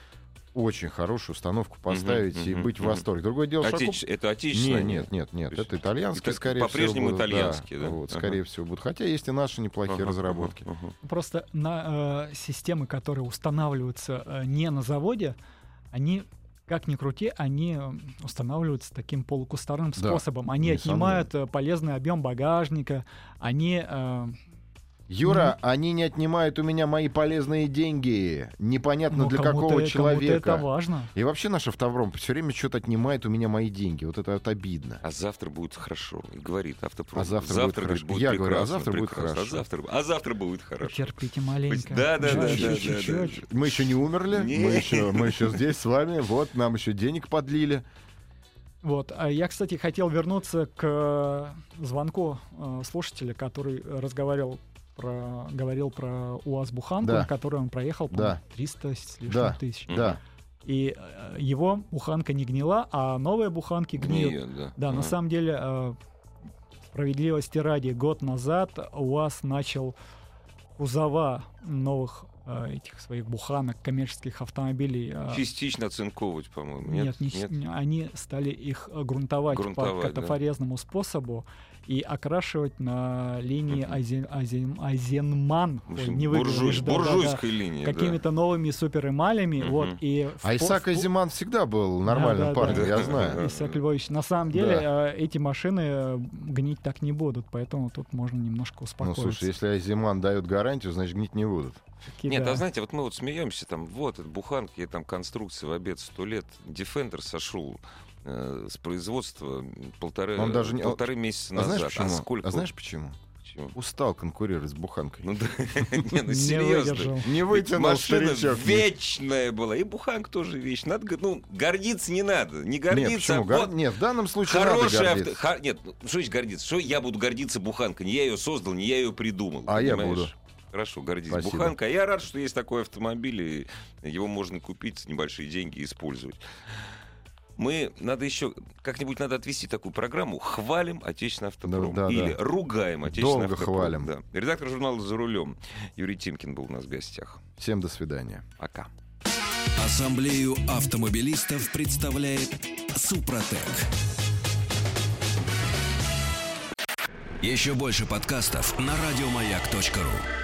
Speaker 2: очень хорошую установку поставить и
Speaker 1: мгм,
Speaker 2: быть в
Speaker 1: мгм.
Speaker 2: восторге. Другое дело, что...
Speaker 1: Отече- Это
Speaker 2: Не,
Speaker 1: отечественное?
Speaker 2: нет, нет, нет.
Speaker 1: То есть
Speaker 2: Это итальянские,
Speaker 1: итак-
Speaker 2: скорее всего.
Speaker 1: по-прежнему
Speaker 2: будут,
Speaker 1: итальянские, да?
Speaker 2: Вот,
Speaker 1: Ага.
Speaker 2: скорее всего, будут. Хотя есть и наши неплохие
Speaker 1: Ага,
Speaker 2: разработки.
Speaker 1: ага, ага.
Speaker 3: Просто на э, системы, которые устанавливаются э, не на заводе, они как ни крути, они э, устанавливаются таким полукустарным
Speaker 2: Да,
Speaker 3: способом. Они
Speaker 2: несомненно.
Speaker 3: отнимают э, полезный объем багажника, они э,
Speaker 2: Юра, они не отнимают у меня мои полезные деньги. Непонятно
Speaker 3: ну,
Speaker 2: для
Speaker 3: кому-то-
Speaker 2: какого
Speaker 3: кому-то это
Speaker 2: человека.
Speaker 3: важно.
Speaker 2: И вообще наш автопром все время что-то отнимает у меня мои деньги. Вот это вот обидно.
Speaker 1: А завтра будет хорошо, и говорит автопром.
Speaker 2: А завтра будет
Speaker 1: говорит,
Speaker 2: хорошо. Я говорю, а
Speaker 1: прекрасно,
Speaker 2: завтра будет
Speaker 1: прекрасно.
Speaker 2: хорошо.
Speaker 1: А завтра, а завтра будет хорошо.
Speaker 3: Потерпите маленько.
Speaker 1: Да, да, да, да,
Speaker 3: Чуть-чуть,
Speaker 1: да, да.
Speaker 3: чуть-чуть.
Speaker 2: Мы еще не умерли,
Speaker 1: Не.
Speaker 2: мы еще мы еще здесь с вами. Вот нам еще денег подлили.
Speaker 3: Вот. А я, кстати, хотел вернуться к э, звонку э, слушателя, который э, разговаривал про, говорил про УАЗ Буханку,
Speaker 2: Да.
Speaker 3: на которой он проехал, по-моему, 300 с лишним
Speaker 2: Да.
Speaker 3: тысяч.
Speaker 1: Мгм.
Speaker 2: Да.
Speaker 3: И э, его буханка не гнила, а новые буханки гниют.
Speaker 1: Гниет, да.
Speaker 3: Да,
Speaker 1: Ага.
Speaker 3: на самом деле, э, справедливости ради, год назад УАЗ начал кузова новых э, этих своих буханок, коммерческих автомобилей э,
Speaker 1: Частично оцинковывать, по-моему.
Speaker 3: нет,
Speaker 1: Нет,
Speaker 3: не с- не- они стали их э, грунтовать, по
Speaker 1: Грунтовать, да.
Speaker 3: катафорезному способу и окрашивать на линии
Speaker 1: Мгм.
Speaker 3: Айзен, Айзен- Айзенман,
Speaker 1: В
Speaker 3: ой,
Speaker 1: общем,
Speaker 3: не выговоришь, да,
Speaker 1: буржуй-
Speaker 3: да, да,
Speaker 1: буржуйской линии. да.
Speaker 3: какими-то новыми суперэмалями,
Speaker 1: Мгм.
Speaker 3: вот и в
Speaker 2: А
Speaker 3: по-
Speaker 2: Исаак
Speaker 3: в-
Speaker 2: Азиман всегда был
Speaker 3: Да,
Speaker 2: нормальным
Speaker 3: да,
Speaker 2: парнем,
Speaker 3: да.
Speaker 2: я знаю. Ну,
Speaker 3: Исаак Львович, на самом деле э, эти машины э, гнить так не будут, поэтому тут можно немножко
Speaker 2: Ну,
Speaker 3: успокоиться.
Speaker 2: слушай, если Азиман дает гарантию, значит, гнить не будут.
Speaker 3: Таки
Speaker 1: Нет,
Speaker 3: да.
Speaker 1: а знаете, вот мы вот смеемся, там, вот, это буханки, и там конструкция в обед сто лет. Defender сошел э, с производства м, полторы,
Speaker 2: Он даже не-
Speaker 1: полторы месяца
Speaker 2: А
Speaker 1: назад.
Speaker 2: знаешь почему?
Speaker 1: А сколько?
Speaker 2: А знаешь почему?
Speaker 1: Почему?
Speaker 2: Устал конкурировать с буханкой.
Speaker 1: Ну да, не, ну
Speaker 3: Не
Speaker 1: серьезно.
Speaker 3: выдержал.
Speaker 2: Не
Speaker 1: Ведь
Speaker 2: вытянул
Speaker 1: машина
Speaker 2: старичок.
Speaker 1: вечная была, и буханка тоже вечная. Надо, г- ну, гордиться не надо, не
Speaker 2: Нет,
Speaker 1: гордиться. а
Speaker 2: почему? Гор-
Speaker 1: вот
Speaker 2: Нет, в данном случае надо
Speaker 1: Хорошая
Speaker 2: гордиться.
Speaker 1: авто... ха- Нет, ну, что значит гордиться? Что я буду гордиться буханкой? Не я ее создал, не я ее придумал.
Speaker 2: А я
Speaker 1: понимаешь?
Speaker 2: буду.
Speaker 1: Хорошо, гордись
Speaker 2: Спасибо.
Speaker 1: буханка. Я рад, что есть такой автомобиль, и его можно купить за небольшие деньги и использовать. Мы, надо еще, как-нибудь надо отвести такую программу «Хвалим отечественный автопром»
Speaker 2: Да, да,
Speaker 1: или
Speaker 2: да.
Speaker 1: «Ругаем отечественный
Speaker 2: Долго
Speaker 1: автопром».
Speaker 2: хвалим.
Speaker 1: Да. Редактор журнала «За рулем» Юрий Тимкин был у нас в гостях.
Speaker 2: Всем до свидания.
Speaker 1: Пока.
Speaker 5: Ассамблею автомобилистов представляет Супротек. Еще больше подкастов на радиомаяк.ру.